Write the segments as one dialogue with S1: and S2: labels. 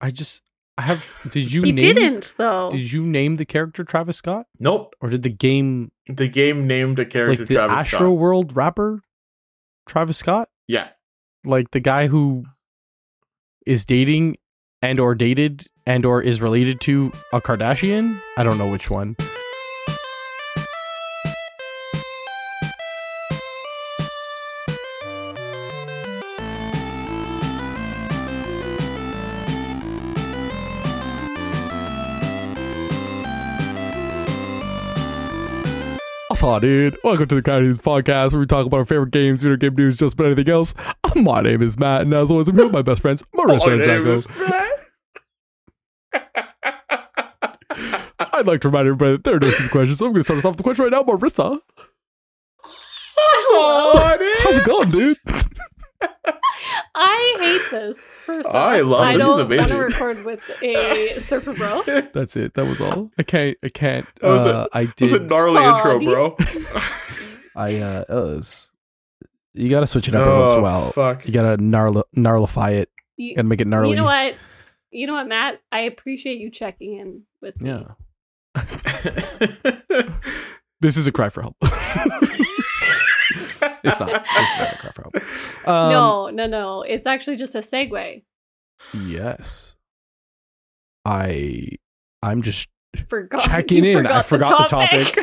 S1: I just I have. Did you?
S2: He
S1: name,
S2: didn't though.
S1: Did you name the character Travis Scott,
S3: Nope.
S1: or did the game
S3: The game named a character
S1: like the
S3: Travis
S1: Astro
S3: Scott.
S1: World rapper Travis Scott,
S3: Yeah.
S1: like the guy who is dating and or dated and or is related to a Kardashian? I don't know which one. What's up, dude? Welcome to the County News Podcast, where we talk about our favorite games, video game news, just about anything else. Uh, My name is Matt, and as always, I'm here with my best friends, Marissa
S3: Oh,
S1: and Zachos. I'd like to remind everybody that there are no stupid questions, so I'm going to start us off with a question right now. Marissa, how's it going, dude?
S2: I hate this. First off,
S3: I love
S2: I
S3: it. This is
S2: don't want
S3: amazing.
S2: to record with a surfer bro.
S1: That's it. That was all. I can't. I can't.
S3: That was a-
S1: uh, I
S3: Oh, It was a
S1: did.
S3: gnarly intro,
S2: Sorry.
S3: bro.
S1: I uh, it was, you got to switch it up every once in a while.
S3: Oh, fuck.
S1: You got to gnarl- gnarlify it
S2: You,
S1: and make it gnarly.
S2: you know what? You know what, Matt? I appreciate you checking in with me.
S1: Yeah. This is a cry for help. It's not. It's not a cry for help. Um,
S2: no, no, no. It's actually just a segue
S1: Yes. I. I'm just
S2: for
S1: checking in. I forgot the topic. I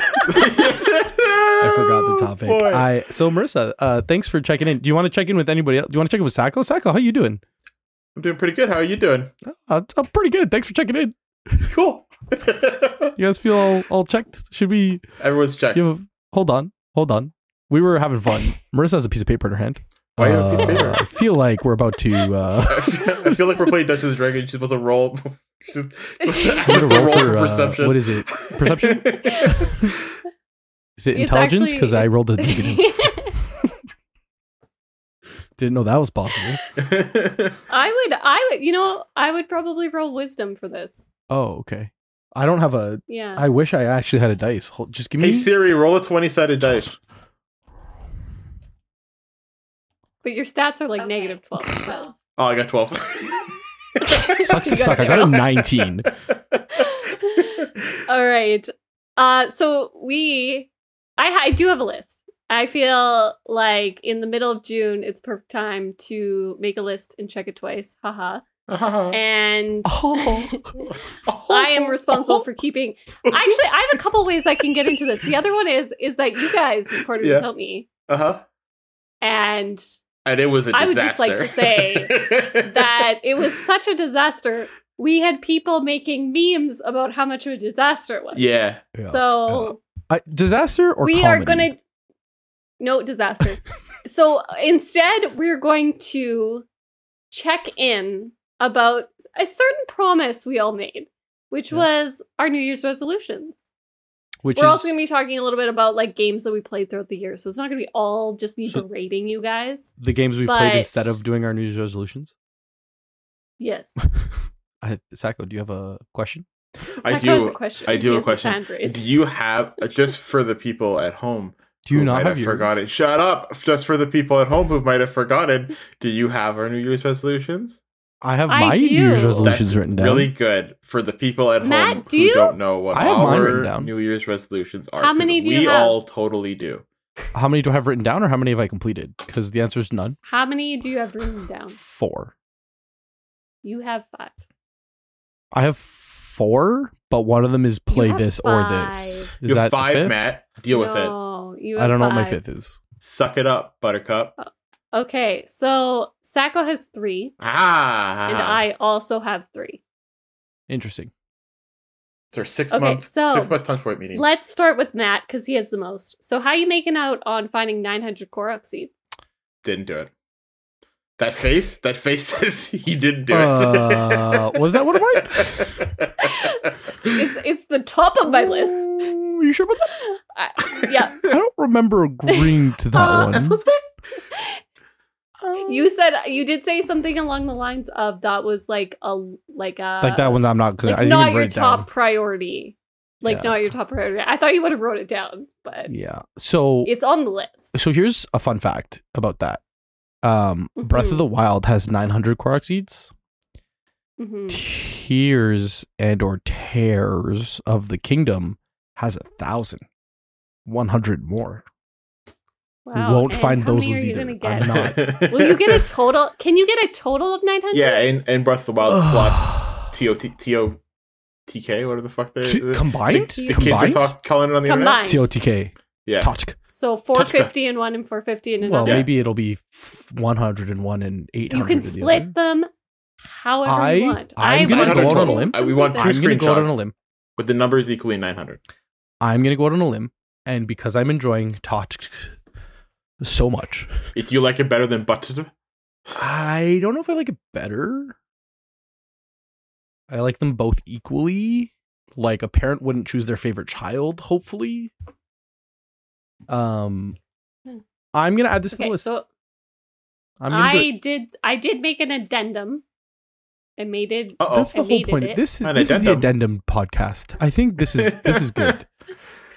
S3: I
S1: forgot the topic.
S3: Uh,
S1: I so Marissa, uh, thanks for checking in. Do you want to check in with anybody else? Do you want to check in with Sacco? Sacco, how you doing?
S3: am doing pretty good. How are you doing?
S1: Uh, I'm pretty good. Thanks for checking in.
S3: Cool.
S1: You guys feel all, all checked? Should we?
S3: Everyone's checked.
S1: You have, hold on, hold on. We were having fun. Marissa has a piece of paper in her hand.
S3: Why you have a piece of
S1: Uh,
S3: paper?
S1: I feel like we're about to. Uh,
S3: I feel- I feel like we're playing Dungeons and Dragons. She's supposed to roll. She's
S1: I'm
S3: supposed
S1: gonna
S3: to roll for
S1: uh,
S3: perception.
S1: what is it? Perception? Is it
S2: It's
S1: intelligence? Because
S2: actually-
S1: I rolled a negative. Didn't know that was possible.
S2: I would, I would, you know, I would probably roll wisdom for this.
S1: Oh, okay. I don't have a.
S2: Yeah.
S1: I wish I actually had a dice. Hold, just give me.
S3: hey Siri, roll a twenty-sided dice.
S2: but your stats are like
S4: Okay.
S2: negative 12. So.
S3: Oh, I got twelve.
S1: Sucks to
S2: You
S1: suck.
S2: got
S1: I got a 19.
S2: All right. Uh, so we, I, ha- I do have a list. I feel like in the middle of June, it's perfect time to make a list and check it twice. Haha. Uh-huh. And
S1: Oh.
S2: I am responsible for keeping. Actually, I have a couple ways I can get into this. The other one is is that you guys recorded
S3: Yeah.
S2: without me,
S3: Uh huh.
S2: and
S3: And it was a disaster.
S2: I would just like to say that it was such a disaster. We had people making memes about how much of a disaster it was.
S3: Yeah.
S1: Yeah.
S2: so
S1: I, disaster or
S2: we are
S1: comedy?
S2: going to no disaster. so instead, we're going to check in about a certain promise we all made, which
S1: Yeah.
S2: was our New Year's resolutions.
S1: Which
S2: we're
S1: is
S2: also going to be talking a little bit about like games that we played throughout the year. So it's not going to be all just me
S1: So-
S2: berating you guys.
S1: the games we played
S2: but-
S1: instead of doing our New Year's resolutions.
S2: Yes.
S1: I, Sacco, do you have a question?
S2: Zach
S3: I
S2: has
S3: do-
S2: A question.
S3: I do
S2: He
S3: a
S2: has
S3: question.
S2: hand raised.
S3: Do you have uh, just for the people at home?
S1: Do you
S3: who
S1: not
S3: might
S1: have
S3: have
S1: yours?
S3: forgotten? Shut up! Just for the people at home who might have forgotten, do you have our New Year's resolutions?
S1: I have
S2: I
S1: my New
S2: do.
S1: Year's
S2: That's
S1: resolutions written down.
S3: Really good for the people at
S2: Matt,
S3: home
S2: do
S3: who
S2: you?
S3: don't know what
S1: I have mine written
S3: our
S1: down.
S3: New Year's resolutions are.
S2: How
S3: 'cause
S2: many do
S3: we
S2: you have?
S3: all totally do?
S1: How many do I have written down, or how many have I completed? Because the answer is none.
S2: How many do you have written down?
S1: Four.
S2: You have five.
S1: I have four, but one of them is play
S2: have
S1: this or this. Is
S3: you
S1: that
S3: have
S1: the
S3: five,
S1: fifth?
S3: Matt. Deal with it.
S2: no, You have
S1: I don't know what my
S2: five.
S1: fifth is.
S3: Suck it up, Buttercup.
S2: Okay, so Sacco has three,
S3: Ah,
S2: and I also have three.
S1: Interesting.
S3: It's our six
S2: Okay,
S3: month
S2: so-
S3: six month touch point meeting.
S2: Let's start with Matt because he has the most. So, how you making out on finding 900 Korok seeds?
S3: Didn't do it. That face, that face says he didn't do it.
S1: Uh, was that one of
S3: mine?
S2: It's, it's the top of my list.
S1: Ooh, you sure about that?
S2: I, yeah,
S1: I don't remember agreeing to that
S3: Uh,
S1: one.
S2: you said you did say something along the lines of that was like a like a
S1: like that one. I'm not good.
S2: like
S1: I didn't
S2: not
S1: even write
S2: your
S1: it
S2: top
S1: down.
S2: priority, like
S1: Yeah.
S2: not your top priority. I thought you would have wrote it down, but
S1: Yeah. So
S2: it's on the list.
S1: so here's a fun fact about that. Um, Breath of
S2: Mhm.
S1: the Wild has 900 Korok seeds,
S2: hmm
S4: Tears and or Tears of the Kingdom has a thousand. 100 more.
S2: Wow.
S4: won't
S2: and
S4: find
S2: how
S4: those
S2: many
S4: ones
S2: are you
S4: either.
S2: gonna
S4: I'm
S2: get?
S4: not-
S2: Will you get a total? Can you get a total of nine hundred?
S3: Yeah, and, and Breath of the Wild plus TOT, TOTK, whatever the fuck they
S4: T-
S3: Uh, the-
S4: combined?
S3: The, kids are
S4: combined?
S3: talk, calling it on the
S2: Combined.
S4: TOTK.
S3: internet. Yeah.
S4: Totk.
S2: So four fifty in one and four fifty in
S4: Well,
S2: another.
S3: Yeah.
S4: maybe it'll be f- 101 and 800.
S2: you can
S4: in the other.
S2: split them however you
S4: I-
S2: want.
S4: I'm
S2: I
S4: gonna
S2: want
S3: go
S2: to
S3: out on a
S2: do
S4: limb.
S3: Uh, we want
S2: that.
S3: two
S4: I'm going to go out on a
S3: screenshots.
S4: limb.
S3: With the numbers equaling 900.
S4: I'm going to go out on a limb. And because I'm enjoying Totk so much,
S3: If you like it better than but
S4: I don't know if I like it better. I like them both equally. Like a parent wouldn't choose their favorite child, hopefully. Um,
S2: Hmm.
S4: I'm gonna add this to the
S2: Okay,
S4: list.
S2: so
S4: I'm gonna do it.
S2: I did. I did make an addendum. I made it.
S3: Uh oh.
S4: That's the
S2: I
S4: whole
S2: needed
S4: point.
S2: it.
S4: This is
S3: An
S4: this is the
S3: addendum.
S4: addendum podcast. I think this is this is good.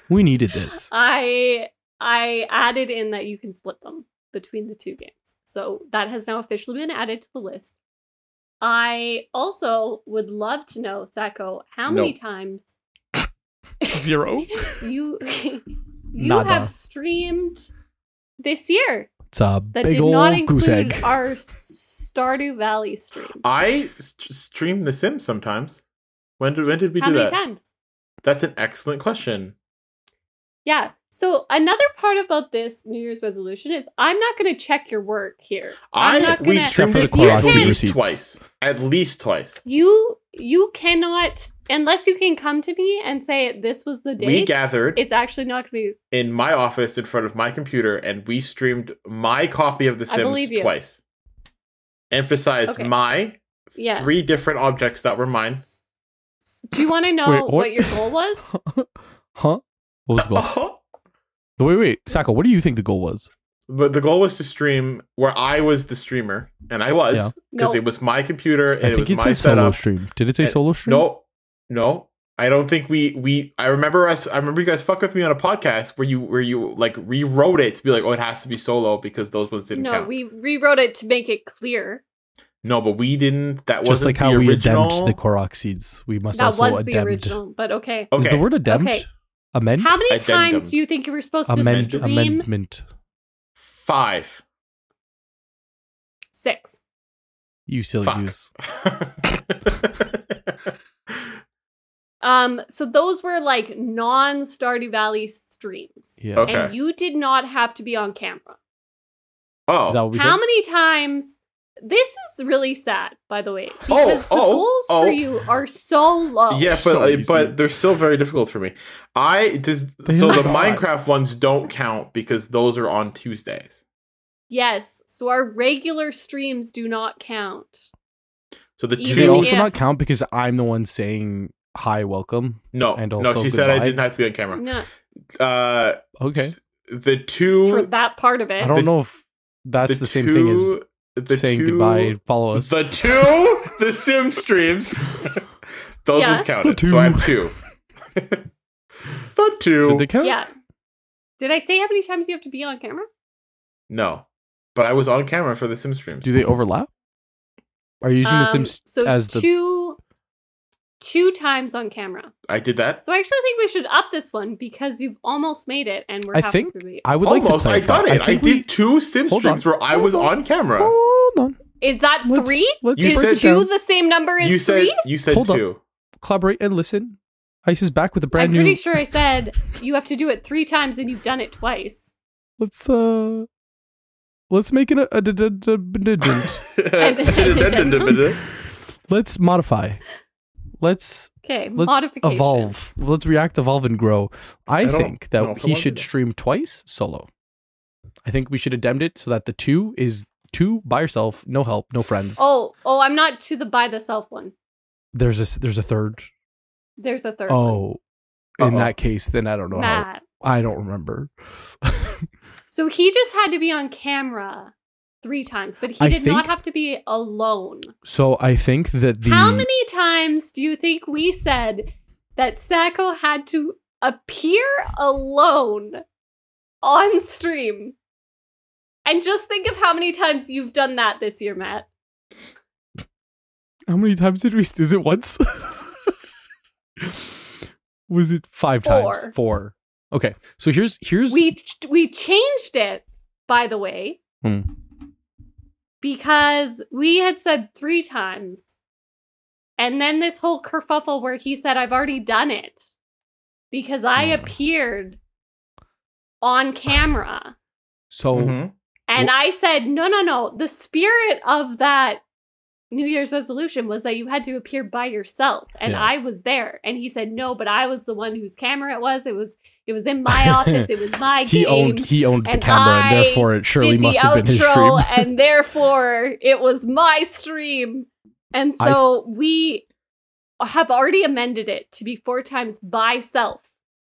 S4: We needed this.
S2: I I added in that you can split them between the two games. So that has now officially been added to the list. I also would love to know, Sacco, how many
S3: No.
S2: times
S1: Zero.
S2: you you
S4: Nada.
S2: have streamed this year
S4: It's a
S2: that
S4: big
S2: did not
S4: old
S2: include
S4: goose egg.
S2: our Stardew Valley stream.
S3: I s- stream The Sims sometimes. When did when did we
S2: how
S3: do
S2: many
S3: that?
S2: times?
S3: That's an excellent question.
S2: Yeah. So another part about this New Year's resolution is I'm not going to check your work here.
S3: I
S2: I'm not
S3: we
S2: gonna-
S3: streamed
S4: Except
S3: it
S4: for the
S3: at
S2: Karachi
S3: least
S4: receipts.
S3: twice. At least twice.
S2: you you cannot unless you can come to me and say this was the
S3: We
S2: date.
S3: gathered
S2: it's actually not going to be.
S3: in my office in front of my computer and we streamed my copy of The
S2: I believe
S3: Sims
S2: you.
S3: twice. Emphasize
S2: Okay.
S3: my
S2: Yeah.
S3: three different objects that were mine.
S2: Do you want to know
S4: Wait,
S2: what?
S4: what?
S2: your goal was?
S4: huh? What was the goal?
S3: Uh-huh.
S4: wait, wait, Sako, what do you think the goal was?
S3: But the goal was to stream where I was the streamer, and I was
S4: Yeah.
S3: because
S2: No.
S3: it was my computer and
S4: I
S3: it
S4: think
S3: was
S4: it
S3: my
S4: said solo
S3: setup.
S4: stream. Did it say
S3: And-
S4: solo stream?
S3: No, no, I don't think we we. I remember us. I remember you guys fuck with me on a podcast where you where you like rewrote it to be like, oh, it has to be solo because those ones didn't
S2: no,
S3: count.
S2: we rewrote it to make it clear.
S3: no, but we didn't. That
S4: Just
S3: wasn't
S4: like how
S3: the
S4: we
S3: original.
S4: adempt the Korok seeds, we must
S2: That
S4: also
S2: was the
S4: adempt.
S2: original, but okay.
S4: Is the
S3: okay,
S4: word adempt?
S2: Okay.
S4: Amend?
S2: How many
S3: Addendum.
S2: times do you think you were supposed to
S4: Amend,
S2: stream?
S4: amendment.
S3: five.
S2: Six.
S4: You silly
S3: Fuck.
S4: goose.
S2: Um, so those were like non Stardew Valley streams,
S4: Yeah.
S3: Okay.
S2: and you did not have to be on camera.
S4: Is that
S3: oh,
S4: what we
S2: How
S4: said?
S2: many times? This is really sad, by the way,
S3: Oh,
S2: because the
S3: oh,
S2: goals
S3: oh.
S2: for you are so low.
S3: yeah, but
S4: so
S3: uh,
S4: easy.
S3: but they're still very difficult for me. I just
S4: They
S3: so
S4: are
S3: the
S4: not.
S3: Minecraft ones don't count because those are on Tuesdays.
S2: Yes. So our regular streams do not count.
S3: So the
S2: Even
S4: They
S3: two
S4: also
S2: if-
S4: not count because I'm the one saying hi, welcome.
S3: no
S4: and
S3: no
S4: also
S3: she said I
S4: goodbye.
S3: didn't have to be on camera.
S2: No,
S3: Uh,
S4: Okay.
S3: the
S2: for
S3: two
S2: that part of
S4: I
S2: it.
S4: don't
S3: The-
S4: know if that's the, same thing as
S3: two- the
S4: saying
S3: two-
S4: goodbye and follow us.
S3: The two the Sim streams. Those
S2: Yeah.
S3: ones counted.
S4: The
S3: So I have two. the two.
S4: Did they count?
S2: Yeah. Did I say how many times you have to be on camera?
S3: No, but I was on camera for the Sim streams.
S4: Do they overlap? Are you using the
S2: Um,
S4: Sims
S2: so
S4: as the
S2: two two times on camera.
S3: I did that.
S2: So I actually think we should up this one because you've almost made it, and we're
S4: I
S2: halfway
S4: think-
S2: through the-
S4: I would
S3: Almost.
S4: like
S3: I
S4: to
S3: done
S4: clarify.
S3: it. I,
S4: think we-
S3: did two Sim
S4: Hold
S3: streams
S4: on.
S3: where I was on camera.
S4: Hold on.
S2: Is that
S4: Let's-
S2: 3
S4: Let's
S3: You
S2: is
S4: break
S3: said-
S4: it
S2: two
S4: down.
S2: the same number as
S3: You said
S2: three?
S3: you said
S4: Hold on.
S3: two.
S4: collaborate and listen. Ice is back with a
S2: I'm
S4: brand
S2: pretty
S4: new.
S2: sure I said you have to do it three times, and you've done it twice.
S4: Let's uh, let's make it a, a, d- d- d- d- d- let's modify. Let's
S2: Okay,
S4: let's
S2: modification.
S4: evolve. Let's react, evolve, and grow. I,
S3: I don't
S4: think that
S3: know if I
S4: he
S3: wanna
S4: should
S3: do that.
S4: stream twice solo. I think we should addend it so that the two is two by yourself, no help, no friends.
S2: Oh, oh, I'm not to the by the self one.
S4: There's a s- there's a third.
S2: There's a third. one.
S4: Oh, in
S3: Uh-oh.
S4: that case, then I don't know. How,
S2: Matt.
S4: I don't remember.
S2: So he just had to be on camera three times, but he
S4: I
S2: did not
S4: think-
S2: have to be alone.
S4: So I think that the
S2: How many times do you think we said that Sacco had to appear alone on stream? And just think of how many times you've done that this year, Matt.
S1: How many times did we? Is it once? Was it five
S2: Four.
S1: times? Four. Okay. So here's here's
S2: we ch- we changed it by the way
S4: Hmm.
S2: because we had said three times and then this whole kerfuffle where he said i've already done it because i
S4: Hmm.
S2: appeared on camera
S1: so
S3: Mhm.
S2: and i said no no no the spirit of that new year's resolution was that you had to appear by yourself and
S4: Yeah.
S2: i was there and he said no but i was the one whose camera it was it was it was in my office it was my
S4: He
S2: game
S4: owned he owned the
S2: and
S4: camera, and
S2: I
S4: therefore it surely
S2: did the
S4: must have been his stream.
S2: outro, and therefore it was my stream. And
S4: I-
S2: so we have already amended it to be four times by self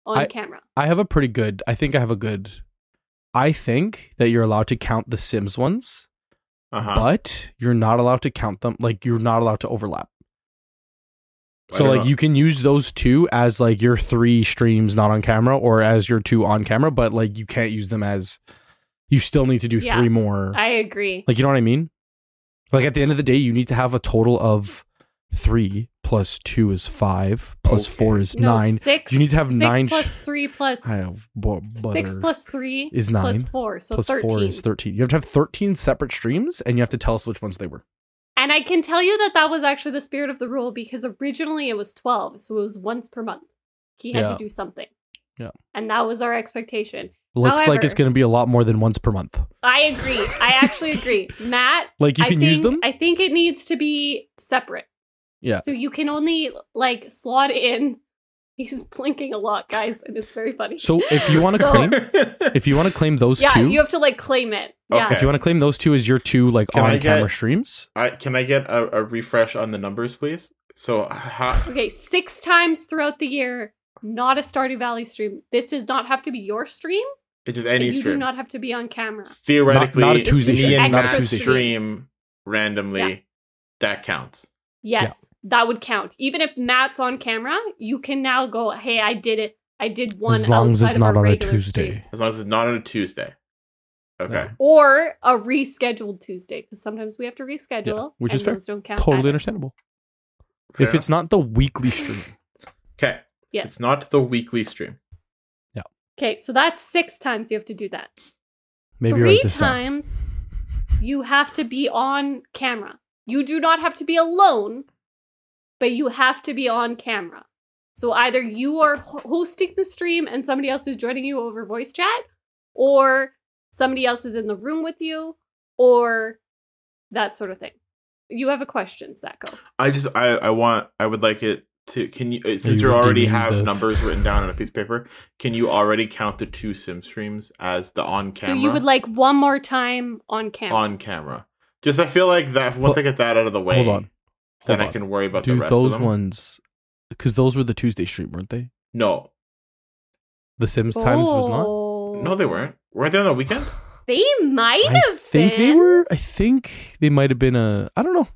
S2: on
S4: I-
S2: camera.
S4: I have a pretty good. I think I have a good. I think that you're allowed to count the Sims ones,
S3: Uh-huh.
S4: but you're not allowed to count them. Like you're not allowed to overlap.
S3: I
S4: So
S3: don't
S4: like
S3: know.
S4: you can use those two as like your three streams not on camera or as your two on camera, but like you can't use them as. You still need to do
S2: Yeah.
S4: three more.
S2: I agree.
S4: Like you know what I mean? Like at the end of the day, you need to have a total of three plus two is five plus four
S3: Okay.
S4: is
S2: No,
S4: nine.
S2: Six.
S4: You need to have
S2: six
S4: nine sh-
S2: plus three plus
S4: I have bu- butter.
S2: six plus three
S4: is
S2: plus
S4: nine
S2: four, so
S4: plus
S2: thirteen.
S4: four is 13. You have to have 13 separate streams and you have to tell us which ones they were.
S2: and I can tell you that that was actually the spirit of the rule because originally it was twelve, so it was once per month. He had
S4: Yeah.
S2: to do something.
S4: Yeah.
S2: And that was our expectation.
S4: Looks like it's
S2: However-
S4: going to be a lot more than once per month.
S2: I agree. I actually agree. Matt,
S4: Like you
S2: I
S4: can
S2: think,
S4: use them.
S2: I think it needs to be separate.
S4: Yeah.
S2: So you can only like slot in. He's blinking a lot, guys, and it's very funny.
S4: so if you want to
S2: So-
S4: claim if you want to claim those
S2: yeah,
S4: two,
S2: you have to like claim it. Yeah.
S4: if you want to claim those two as your two like
S3: Can I
S4: on camera
S3: get-
S4: streams,
S3: I, can I get a, a refresh on the numbers, please? So how,
S2: Okay, six times throughout the year, not a Stardew Valley stream. This does not have to be your stream.
S3: it just
S2: and
S3: any
S2: you
S3: stream.
S2: do not have to be on camera.
S3: Theoretically,
S4: Not- not a Tuesday
S3: me
S2: stream,
S3: and
S2: not a
S3: Matt
S2: Tuesday stream.
S3: stream randomly.
S2: Yeah.
S3: That counts.
S2: Yes, that would count. Even if Matt's on camera, you can now go, hey, I did it. I did one
S4: as long as
S2: outside
S4: it's
S2: of
S4: not
S2: our
S4: on a
S2: regular stream."
S4: Tuesday.
S3: As long as it's not on a Tuesday. Okay.
S4: Yeah.
S2: or a rescheduled Tuesday because sometimes we have to reschedule,
S4: which
S2: and
S4: is fair.
S2: Those don't count.
S4: Totally
S2: either.
S4: understandable.
S3: Fair
S4: If it's not the weekly stream,
S3: Okay.
S2: Yeah.
S3: It's not the weekly stream.
S2: Okay, so that's six times you have to do that.
S4: maybe you're
S2: Three
S4: right this time.
S2: times you have to be on camera. You do not have to be alone, but you have to be on camera. So either you are ho- hosting the stream and somebody else is joining you over voice chat, or somebody else is in the room with you, or that sort of thing. You have a question, Sacco.
S3: I just I I want I would like it to can you uh, since
S4: you
S3: you already
S4: redeeming
S3: have
S4: the-
S3: numbers written down on a piece of paper, can you already count the two sim streams as the on camera?
S2: So you would like one more time on camera.
S3: on camera. Just I feel like that once I get that out of the way,
S4: Hold on.
S3: then
S4: Hold
S3: I
S4: on.
S3: can worry about
S4: Do
S3: the rest
S4: those
S3: of them.
S4: ones because those were the Tuesday stream, weren't they?
S3: No,
S4: The Sims times was not.
S2: Oh.
S3: no, they weren't. Weren't they on the weekend?
S2: They might
S4: I
S2: have
S4: think
S2: been.
S4: they were. I think they might have been a. I don't know.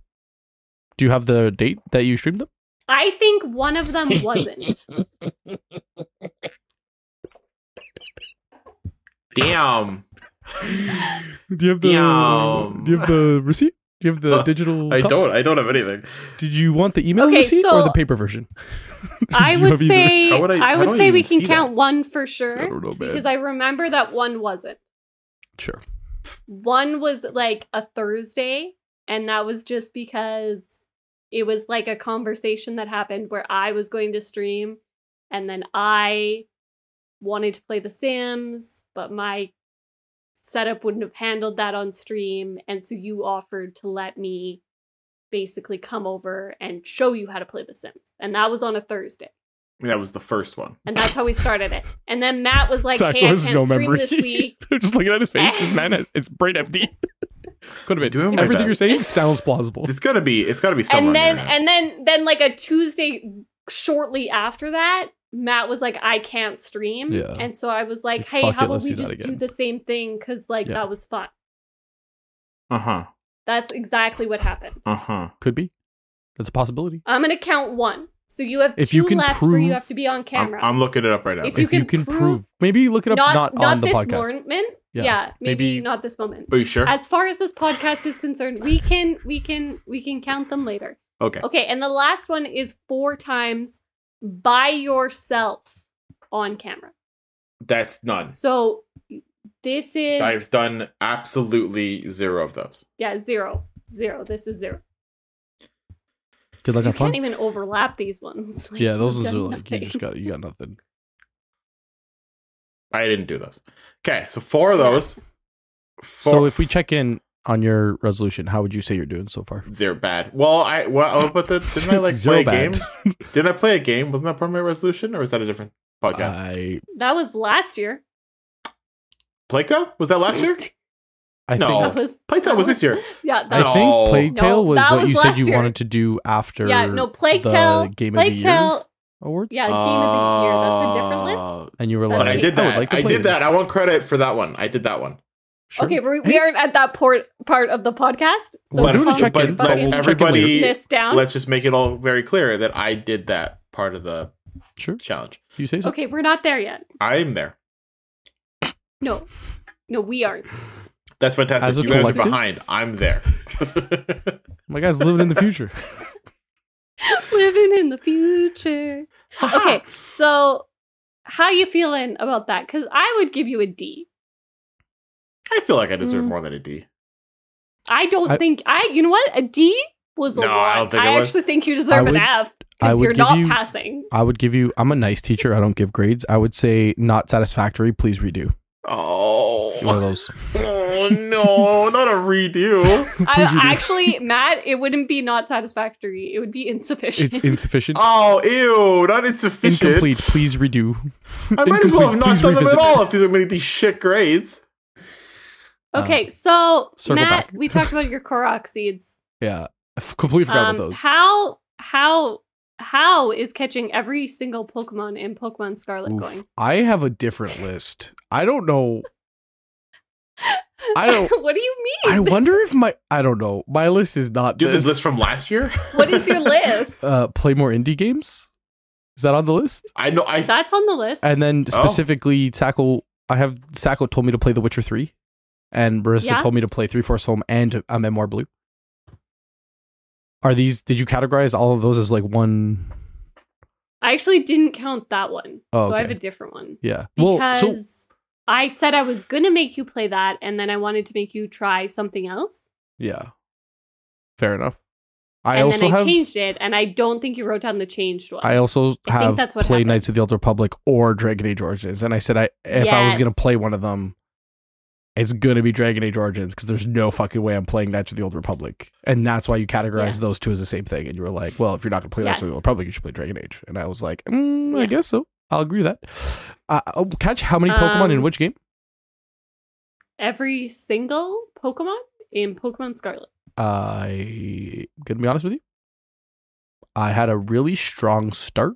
S4: Do you have the date that you streamed them?
S2: I think one of them wasn't.
S3: Damn.
S1: Do you have the
S3: Yum.
S1: Do you have the receipt? Do you have
S4: Uh,
S1: the digital?
S3: I
S1: copy?
S3: don't. I don't have anything.
S4: Did you want the email
S2: Okay,
S4: receipt or
S2: so-
S4: the paper version?
S2: I
S1: Do you
S2: would
S1: have either?
S2: say
S3: How would I-
S2: I,
S3: how do
S2: would
S3: I
S2: say we
S3: even
S2: can
S3: see
S2: count
S3: that?
S2: one for
S1: I
S2: sure
S1: don't know, man.
S2: because I remember that one wasn't.
S4: Sure.
S2: One was like a Thursday and that was just because it was like a conversation that happened where I was going to stream and then I wanted to play The Sims, but my setup wouldn't have handled that on stream and so you offered to let me basically come over and show you how to play The Sims. And that was on a Thursday.
S3: That was the first one.
S2: And that's how we started it. And then Matt was like,
S1: Zach
S2: "Hey, I
S1: has
S2: can't
S1: no
S2: stream
S1: memory.
S2: this week."
S1: They're just looking at his face. this man has it's brain empty. Could have been
S3: Doing my
S1: everything
S3: best.
S1: you're saying sounds plausible.
S3: It's gotta be. It's gotta be somewhere.
S2: and then
S3: in there.
S2: and then then like a Tuesday shortly after that, Matt was like, "I can't stream."
S4: Yeah.
S2: And so I was like,
S4: Like,
S2: "Hey,
S4: fuck
S2: how
S4: it,
S2: about
S4: let's
S2: we
S4: do that
S2: just do
S4: again."
S2: the same thing cuz like
S4: Yeah.
S2: that was fun."
S3: uh-huh.
S2: That's exactly what happened.
S3: Uh-huh.
S4: Could be. That's a possibility.
S2: I'm going to count 1. So you have
S4: If
S2: two
S4: you can
S2: left where you
S4: prove-
S2: have to be on
S3: I'm,
S2: camera.
S3: I'm looking it up right now.
S2: If you
S4: if you
S2: can
S4: can
S2: prove-
S4: prove, maybe look it up not, on the
S2: this
S4: podcast.
S2: moment. Yeah,
S4: Yeah,
S2: maybe,
S4: maybe-
S2: not this moment.
S3: Are you sure?
S2: As far as this podcast is concerned, we can we can we can count them later.
S3: Okay.
S2: Okay, and the last one is four times by yourself on camera.
S3: That's none.
S2: So this is
S3: I've done absolutely zero of those.
S2: yeah zero zero. This is zero.
S4: Good luck
S2: you
S4: on fun.
S2: can't even overlap these ones. Like,
S4: yeah, those
S2: you've
S4: ones are
S2: done
S4: like you just
S2: nothing.
S4: got you got nothing.
S3: I didn't do those. Okay, so four of those. Four,
S4: so if we check in on your resolution, how would you say you're doing so far?
S3: zero bad. Well, I well, oh, but the, didn't I like play
S4: Zero
S3: a
S4: bad.
S3: game? Did I play a game? Wasn't that part of my resolution, or was that a different podcast?
S4: I
S2: That was last year.
S3: Playtale was that last year?
S4: I
S3: No.
S4: think
S2: That was
S3: Playtale was this year.
S2: yeah. That
S4: I
S3: No.
S4: think Playtale
S2: No,
S4: was
S2: that
S4: what
S2: was
S4: you said
S2: last
S4: you
S2: year.
S4: wanted to do after
S2: yeah. No, Plague
S4: the
S2: Tale.
S4: Game of the
S2: Plague
S4: Year
S2: Tale.
S4: awards.
S2: Yeah, Game of the Year. That's a different list.
S3: Uh,
S4: And you were
S2: That's
S4: like,
S3: But I
S2: it.
S3: did
S4: would
S3: that. I,
S4: like to play
S3: did that.
S4: this.
S3: I want credit for that one. I did that one.
S4: Sure.
S2: Okay, but we, we
S4: Hey.
S2: aren't at that port, part of the podcast. So
S3: But,
S4: Well, we're
S2: we'll
S4: doing a
S2: fucking
S4: check-in,
S3: but
S4: but we'll
S3: let's
S4: check in
S3: everybody.
S4: later.
S2: this down.
S3: Let's just make it all very clear that I did that part of the
S4: Sure.
S3: challenge.
S4: You say so?
S2: okay, we're not there yet.
S3: I'm there.
S2: No, no, we aren't.
S3: That's
S4: As a
S3: fantastic. You guys are
S4: collective?
S3: behind. I'm there.
S4: My guy's living in the future.
S2: Living in the future. Okay, so how you feeling about that? Because I would give you a D.
S3: I feel like I deserve
S2: Mm.
S3: more than a D.
S2: I don't
S4: I-
S2: think I. You know what? A D was a
S3: No, I
S2: lot. I,
S3: don't think it was.
S2: actually think you
S4: I
S2: deserve
S4: would-
S2: an F
S4: I
S2: because
S4: would
S2: you're
S4: give
S2: not
S4: you-
S2: passing.
S4: I would give you. I'm a nice teacher. I don't give grades. I would say not satisfactory. Please redo. One of
S3: Oh.
S4: those.
S3: oh no, not a redo.
S4: Please
S2: I,
S4: redo.
S2: actually, Matt, it wouldn't be not satisfactory. It would be insufficient.
S4: It's insufficient.
S3: Oh, ew, not insufficient.
S4: Incomplete. Please redo.
S3: I might as well have
S4: Incomplete.
S3: not
S4: Please
S3: done them at
S4: revisit.
S3: all if these are going to these shit grades.
S2: okay, so
S4: circle
S2: Matt,
S4: back.
S2: we talked about your Korok seeds.
S4: Yeah, I f- completely forgot
S2: Um,
S4: about those.
S2: How how how is catching every single Pokemon in Pokemon Scarlet
S4: Oof.
S2: going?
S4: I have a different list. I don't know. I don't.
S2: what do you mean?
S4: I wonder if my. I don't know. My list is not.
S3: Do you have
S4: this.
S3: the list from last year?
S2: what is your list?
S4: Uh, play more indie games. Is that on the list?
S3: I know. I
S2: That's on the list.
S4: And then
S3: Oh.
S4: specifically, Sacco. I have Sacco told me to play The Witcher Three, and Marissa
S2: Yeah.
S4: told me to play Three Force Home and A Memoir Blue. Are these? Did you categorize all of those as like one?
S2: I actually didn't count that one,
S4: Oh,
S2: so I have a
S4: okay.
S2: different one
S4: Yeah.
S2: because
S4: well, so
S2: I said I was gonna make you play that, and then I wanted to make you try something else,
S4: yeah. Fair enough. I
S2: and
S4: also
S2: then I
S4: have.
S2: changed it, and I don't think you wrote down the changed one.
S4: I also
S2: I think
S4: have
S2: that's what
S4: play
S2: happened.
S4: Knights of the Old Republic or Dragon Age Origins, and I said I if I was
S2: Yes.
S4: gonna play one of them, it's gonna be Dragon Age Origins because there's no fucking way I'm playing Knights of the Old Republic, and that's why you categorize
S2: Yeah.
S4: those two as the same thing. And you were like, well, if you're not gonna play Knights of
S2: Yes.
S4: the Old Republic, you should play Dragon Age, and I was like, mm, I
S2: Yeah.
S4: guess so. I'll agree with that. Uh, oh, catch how many Pokemon in
S2: Um,
S4: which game?
S2: every single Pokemon in Pokemon Scarlet.
S4: I gonna be honest with you. I had a really strong start,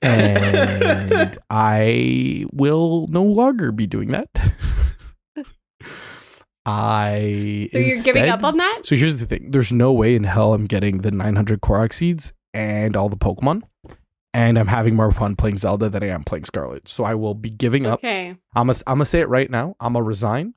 S4: and I will no longer be doing that. I
S2: So you're giving up
S4: instead-
S2: on that?
S4: So here's the thing: there's no way in hell I'm getting the 900 Korok seeds and all the Pokemon, and I'm having more fun playing Zelda than I am playing Scarlet. So I will be giving up.
S2: Okay.
S4: I'm gonna I'm gonna say it right now. I'm gonna resign.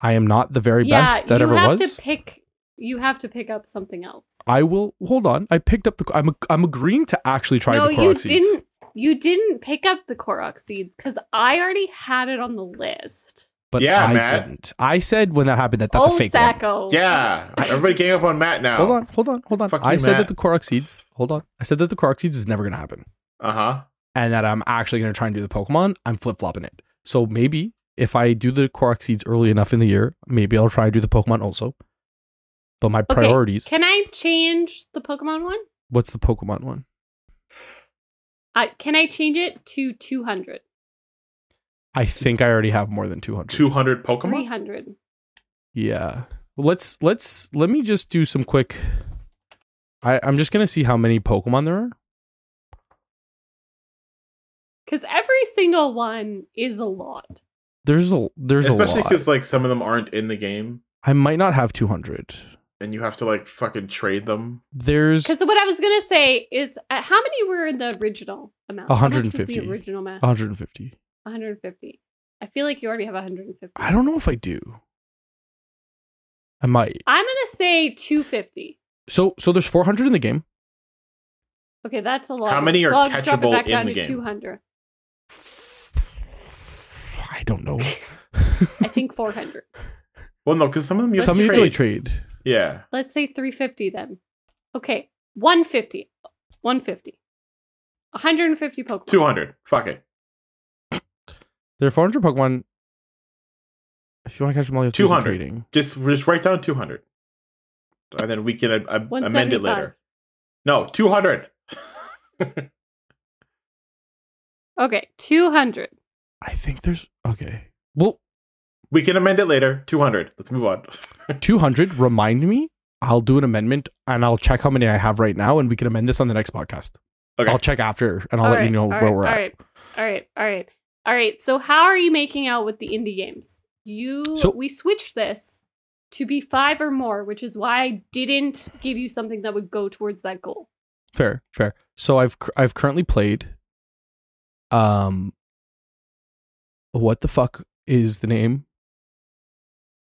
S4: I am not the very best that
S2: you
S4: ever
S2: have
S4: was.
S2: to pick. You have to pick up something else.
S4: I will hold on. I picked up the. I'm I'm agreeing to actually try
S2: no,
S4: the
S2: you
S4: Korok seeds.
S2: didn't. You didn't pick up the Korok seeds because I already had it on the list.
S4: But
S3: Yeah,
S4: I
S3: Matt.
S4: didn't. I said when that happened that that's
S2: oh,
S4: a fake one.
S2: Sacco.
S3: yeah, everybody gang up on Matt now.
S4: Hold on, hold on, hold on.
S3: Fuck
S4: I
S3: you,
S4: said
S3: Matt.
S4: that the Korok seeds. Hold on. I said that the Korok seeds is never gonna happen,
S3: Uh huh.
S4: and that I'm actually gonna try and do the Pokemon. I'm flip flopping it. So maybe if I do the Korok seeds early enough in the year, maybe I'll try and do the Pokemon also. But my priorities.
S2: Can I change the Pokemon one?
S4: what's the Pokemon one?
S2: Uh, can I change it to 200?
S4: I think I already have more than 200.
S3: Two hundred Pokemon.
S2: 300.
S4: Yeah. Let's let's let me just do some quick I, I'm just gonna see how many Pokemon there are.
S2: Because every single one is a lot.
S4: There's a there's
S3: Especially
S4: a lot.
S3: because like some of them aren't in the game,
S4: I might not have two hundred.
S3: and you have to like fucking trade them.
S4: There's
S2: Because what I was going to say is uh, how many were in the original amount? How much was
S4: 150.
S2: the original amount?
S4: 150.
S2: 150. I feel like you already have 150.
S4: I don't know if I do. I might.
S2: I'm going to say 250.
S4: So so there's 400 in the game.
S2: Okay, that's a lot.
S3: How many
S2: So
S3: are
S2: I'll drop it
S3: catchable
S2: back
S3: in
S2: down
S3: the
S2: to
S3: game?
S2: 200.
S4: I don't know.
S2: I think 400.
S3: Well, no, because some of them you
S2: Let's
S4: Some
S3: have to
S4: usually
S3: trade.
S4: trade.
S3: Yeah.
S2: Let's say 350 then. Okay, 150. 150. 150 Pokemon.
S3: 200. Fuck it.
S4: There are 400 Pokemon. If you want to catch them all, you have to do some
S3: 200.
S4: trading.
S3: Just just write down 200. And then we can uh, uh, amend it
S2: 175.
S3: later. No, 200.
S2: Okay, 200.
S4: I think there's okay. Well,
S3: We can amend it later. 200. Let's move on.
S4: 200. Remind me. I'll do an amendment and I'll check how many I have right now, and we can amend this on the next podcast.
S3: Okay.
S4: I'll check after and I'll let you know where we're at.
S2: all right, all right, all right, all right. So, how are you making out with the indie games? You
S4: So-
S2: we switched this to be five or more, which is why I didn't give you something that would go towards that goal.
S4: Fair, fair. So I've cur- I've currently played. Um. What the fuck is the name?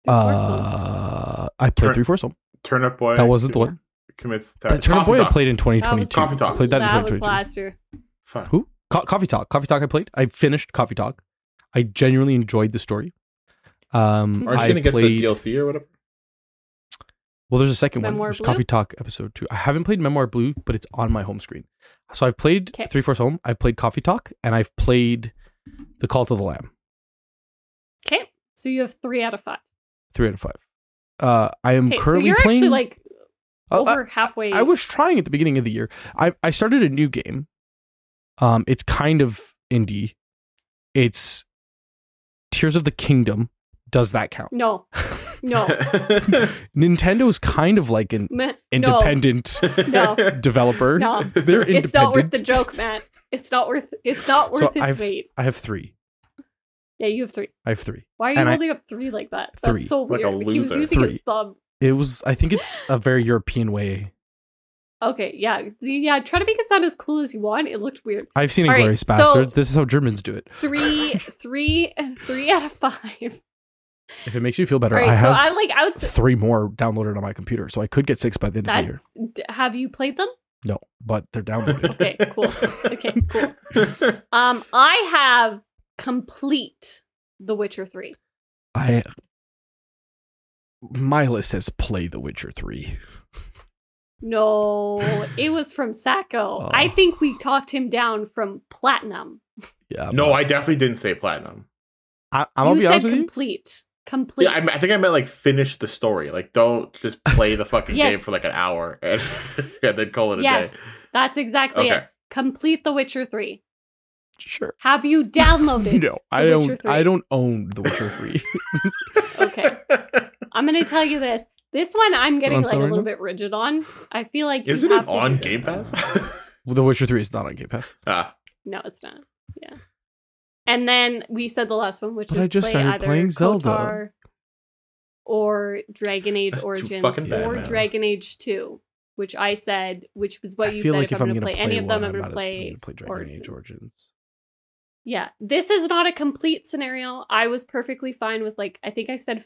S2: The first one.
S4: Uh, I played
S3: Turn-
S4: three fourths home.
S3: Turnip boy.
S4: That wasn't the one.
S3: Commits.
S4: That Turnip Boy I played in twenty
S2: That
S4: twenty
S2: was-
S4: two.
S3: Coffee Talk.
S4: Played that, in
S2: that
S4: twenty
S2: was
S4: twenty two.
S2: last year.
S3: Fuck.
S4: Who? Co- coffee Talk. Coffee Talk. I played. I finished Coffee Talk. I genuinely enjoyed the story. Um,
S3: Aren't you
S4: I
S3: gonna get
S4: played.
S3: the DLC or whatever?
S4: Well, there's a second one.
S2: Memoir
S4: There's
S2: Blue?
S4: Coffee Talk episode two. I haven't played Memoir Blue, but it's on my home screen. So I've played
S2: 'Kay.
S4: Three Fourths Home. I've played Coffee Talk, and I've played The Call to the Lamb.
S2: Okay, so you have three out of five.
S4: Three out of five. Uh, I am
S2: Okay, so
S4: currently
S2: you're
S4: playing.
S2: actually like
S4: Oh, I-
S2: over halfway.
S4: I was trying at the beginning of the year. I, I started a new game. Um, it's kind of indie. It's Tears of the Kingdom. Does that count?
S2: no, no,
S4: Nintendo's kind of like an
S2: Meh, no,
S4: independent
S2: No.
S4: developer.
S2: No.
S4: They're independent.
S2: it's not worth the joke, Matt. It's not worth. It's not worth
S4: So
S2: its
S4: I've-
S2: weight.
S4: I have three.
S2: Yeah, you have three.
S4: I have three.
S2: Why are you
S4: and I-
S2: holding up three like that? That's
S4: Three.
S2: so
S3: Like
S2: weird.
S3: a
S2: He was
S3: loser.
S2: using his
S4: Three.
S2: thumb.
S4: It was. I think it's a very European way.
S2: Okay, yeah, yeah. Try to make it sound as cool as you want. It looked weird.
S4: I've seen
S2: All right,
S4: Inglorious
S2: so-
S4: Bastards. this is how Germans do it.
S2: Three, three, three out of five.
S4: If it makes you feel better,
S2: All right,
S4: I
S2: so
S4: have
S2: I like. I would. s-
S4: three more downloaded on my computer, so I could get six by the end of the year.
S2: That's. d- Have you played them?
S4: No, but they're downloaded.
S2: Okay, cool. Okay, cool. Um, I have complete The Witcher Three.
S4: I my list says play The Witcher Three.
S2: No, it was from Sacco.
S4: Oh.
S2: I think we talked him down from platinum.
S4: Yeah,
S3: no, I definitely didn't say platinum.
S4: I, I'm gonna
S2: you
S4: be
S2: said
S4: honest with you.
S2: complete. Complete.
S3: Yeah, I, I think I meant like finish the story. Like, don't just play the fucking
S2: Yes.
S3: game for like an hour and, and then call it a
S2: yes, Oh,
S3: day.
S2: that's exactly
S3: Okay.
S2: it. Complete The Witcher Three.
S4: Sure.
S2: Have you downloaded?
S4: No, I
S2: The
S4: don't.
S2: Witcher 3.
S4: I don't own The Witcher Three.
S2: Okay. I'm gonna tell you this. This one I'm getting
S4: on
S2: like a
S4: sale right
S2: little
S4: now?
S2: bit rigid on. I feel like you
S3: Isn't
S2: have
S3: it
S2: to-
S3: on Game Pass?
S4: the Witcher Three is not on Game Pass.
S3: ah,
S2: No, it's not. Yeah. And then we said the last one, which
S4: But
S2: is
S4: I just
S2: play
S4: started
S2: either
S4: playing Zelda.
S2: KOTOR or Dragon Age
S3: That's too
S2: Origins
S3: fucking bad,
S2: or
S3: man.
S2: Dragon Age Two, which I said, which was what
S4: I
S2: you
S4: feel
S2: said.
S4: like
S2: if I'm gonna play, any of them,
S4: one,
S2: I'm gonna
S4: not-
S2: play.
S4: Dragon Age
S2: Origins.
S4: Origins.
S2: Yeah, this is not a complete scenario. I was perfectly fine with like I think I said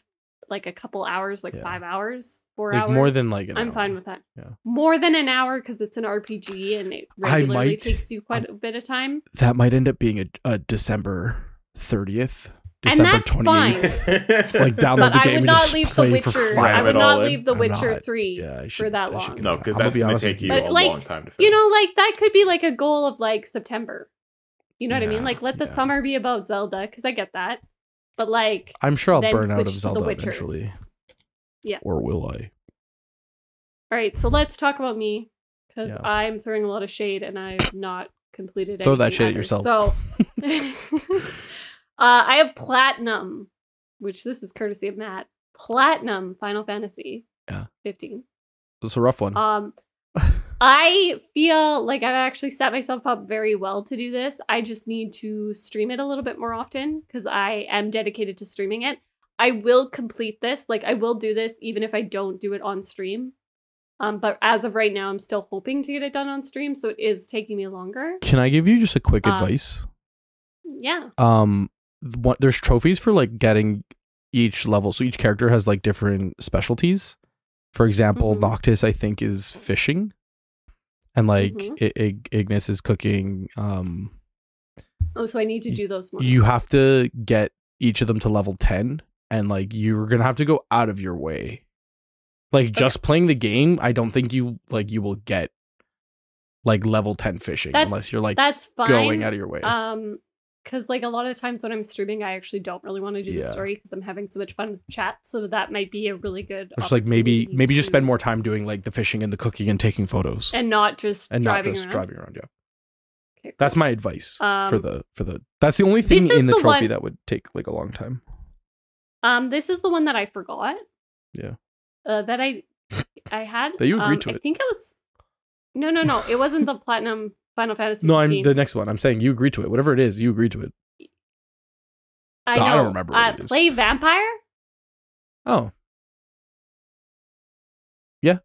S2: like a couple hours, like
S4: Yeah.
S2: five hours, four
S4: Like
S2: hours.
S4: more than like an
S2: I'm
S4: hour.
S2: fine with that.
S4: Yeah.
S2: More than an hour because it's an RPG and it
S4: I
S2: regularly
S4: might-
S2: takes you quite a bit of time.
S4: that might end up being a, a December 30th,
S2: And
S4: December
S2: that's
S4: 28th.
S2: fine.
S4: Like
S2: But
S4: download the
S2: I
S4: game
S2: would
S4: and
S2: not
S4: just
S2: leave The
S4: play for
S2: Witcher.
S4: five
S2: I would
S3: hours.
S2: not leave The
S4: I'm
S2: Witcher
S4: not-
S2: 3
S4: Yeah, I should,
S2: for that
S4: I should
S2: long.
S4: get
S3: no,
S4: that.
S3: because
S4: I'm gonna
S3: that's
S4: be
S3: gonna
S4: honest with
S3: take you
S2: But,
S3: a
S2: like,
S3: long time to finish.
S2: You know, like that could be like a goal of like September. You know what I
S4: Yeah,
S2: mean? Like let the
S4: yeah.
S2: summer be about Zelda because I get that. But like
S4: I'm sure I'll
S2: then
S4: burn out
S2: switch
S4: of
S2: to The
S4: Zelda
S2: Witcher.
S4: eventually.
S2: Yeah.
S4: Or will I?
S2: All right, so let's talk about me because
S4: Yeah.
S2: I'm throwing a lot of shade and I've not completed.
S4: Throw that
S2: anything
S4: shade at
S2: either.
S4: yourself.
S2: So, uh, I have platinum, which this is courtesy of Matt. Platinum Final Fantasy,
S4: Yeah.
S2: fifteen.
S4: It's a rough one.
S2: Um, I feel like I've actually set myself up very well to do this. I just need to stream it a little bit more often because I am dedicated to streaming it. I will complete this. Like I will do this even if I don't do it on stream. Um, but as of right now, I'm still hoping to get it done on stream, so it is taking me longer.
S4: Can I give you just a quick
S2: um,
S4: advice?
S2: Yeah.
S4: Um, th- what, there's trophies for like getting each level. So each character has like different specialties. For example,
S2: Mhm.
S4: Noctis I think is fishing, and like
S2: Mhm.
S4: I- Ig- Ignis is cooking. Um,
S2: Oh, so I need to do those more.
S4: you have to get each of them to level 10 and like you're gonna have to go out of your way like just playing the game i don't think you like you will get like level 10 fishing
S2: That's-
S4: unless you're like
S2: That's fine.
S4: going out of your way
S2: Um, because like a lot of times when I'm streaming, I actually don't really want to do
S4: Yeah.
S2: the story because I'm having so much fun with chat. So that might be a really good.
S4: Or just like maybe
S2: opportunity
S4: maybe just
S2: to-
S4: spend more time doing like the fishing and the cooking and taking photos and,
S2: and not just
S4: not
S2: driving
S4: just
S2: around.
S4: driving around yeah
S2: Okay,
S4: that's my advice
S2: um,
S4: for the for the that's the only thing
S2: this is
S4: in the,
S2: the
S4: trophy
S2: one-
S4: that would take like a long time
S2: Um, this is the one that I forgot.
S4: Yeah.
S2: Uh, that I, I had.
S4: That you agreed
S2: um,
S4: to
S2: I
S4: it.
S2: think it was. No, no, no. It wasn't the platinum Final Fantasy.
S4: no i'm
S2: 15.
S4: the next one i'm saying you agree to it whatever it is you agree to it
S2: I,
S4: no,
S2: know.
S4: I don't remember what
S2: Uh,
S4: it is.
S2: Play vampire.
S4: Oh. Yeah.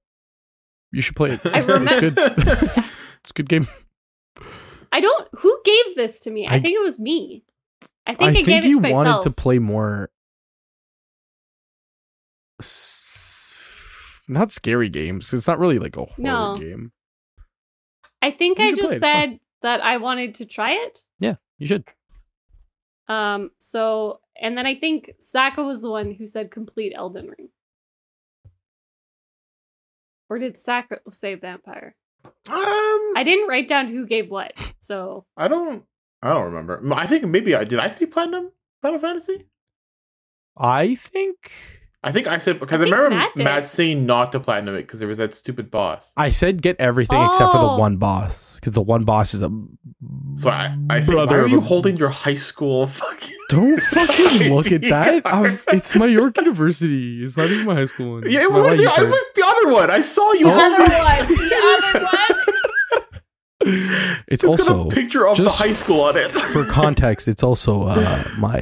S4: You should play it.
S2: I remember-
S4: It's
S3: Um,
S4: good. it's a good game.
S2: I don't. Who gave this to me? I,
S4: I-
S2: think it was me. I
S4: I
S2: think I,
S4: think,
S2: gave it
S4: you
S2: to myself.
S4: wanted to play more s- not scary games. It's not really like a horror
S2: No.
S4: game.
S2: I think
S4: You
S2: I
S4: should play
S2: just
S4: it, it's fun.
S2: said that I wanted to try it.
S4: You should.
S2: Um. So, and then I think Saka was the one who said complete Elden Ring. Or did Saka say vampire?
S3: Um,
S2: I didn't write down who gave what. So
S3: I don't. I don't remember. M- I think maybe I did. I see platinum Final Fantasy.
S4: I think
S3: I think I said because
S2: I
S3: I,
S2: think
S3: remember
S2: Matt
S3: Matt,
S2: did.
S3: saying not to platinum it because there was that stupid boss.
S4: I said get everything except for the
S2: Oh.
S4: one boss because the one boss is a
S3: So I, I think why
S4: brother
S3: are
S4: of
S3: you
S4: a-
S3: holding your high school fucking?
S4: Don't fucking look at that. I'm-
S3: DDR.
S4: it's my York University. It's not even my high school one.
S3: Yeah,
S4: It's
S3: it
S4: my
S3: was,
S4: YU
S3: the, it
S4: card.
S3: was the other one. I saw you.
S4: The
S3: holding
S2: other one.
S3: Yes.
S2: The other
S3: It's
S4: It's also
S3: got a picture of the
S4: just
S3: high school on it.
S4: for context, it's also uh, my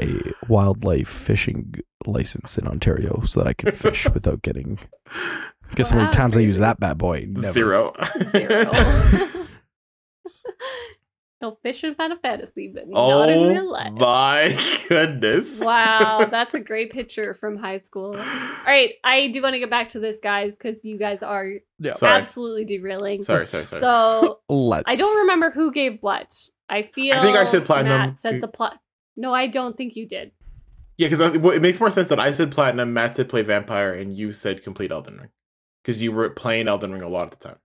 S4: wildlife fishing license in Ontario, so that I can fish without getting. Guess how
S2: Wow,
S4: many times I use
S2: crazy.
S4: that bad boy? Never.
S3: Zero.
S2: zero. He'll fish in Final Fantasy, but not in real
S3: oh
S2: life.
S3: my goodness.
S2: Wow, that's a great picture from high school. All right, I do want to get back to this, guys, because you guys are
S4: Yeah.
S3: Sorry.
S2: absolutely derailing.
S3: Sorry, sorry, sorry.
S2: So
S4: Let's.
S2: I don't remember who gave what. I feel.
S3: I think I said platinum.
S2: Matt said the plot. No, I don't think you did.
S3: Yeah, because well, it makes more sense that I said platinum, Matt said play vampire, and you said complete Elden Ring, because you were playing Elden Ring a lot at the time.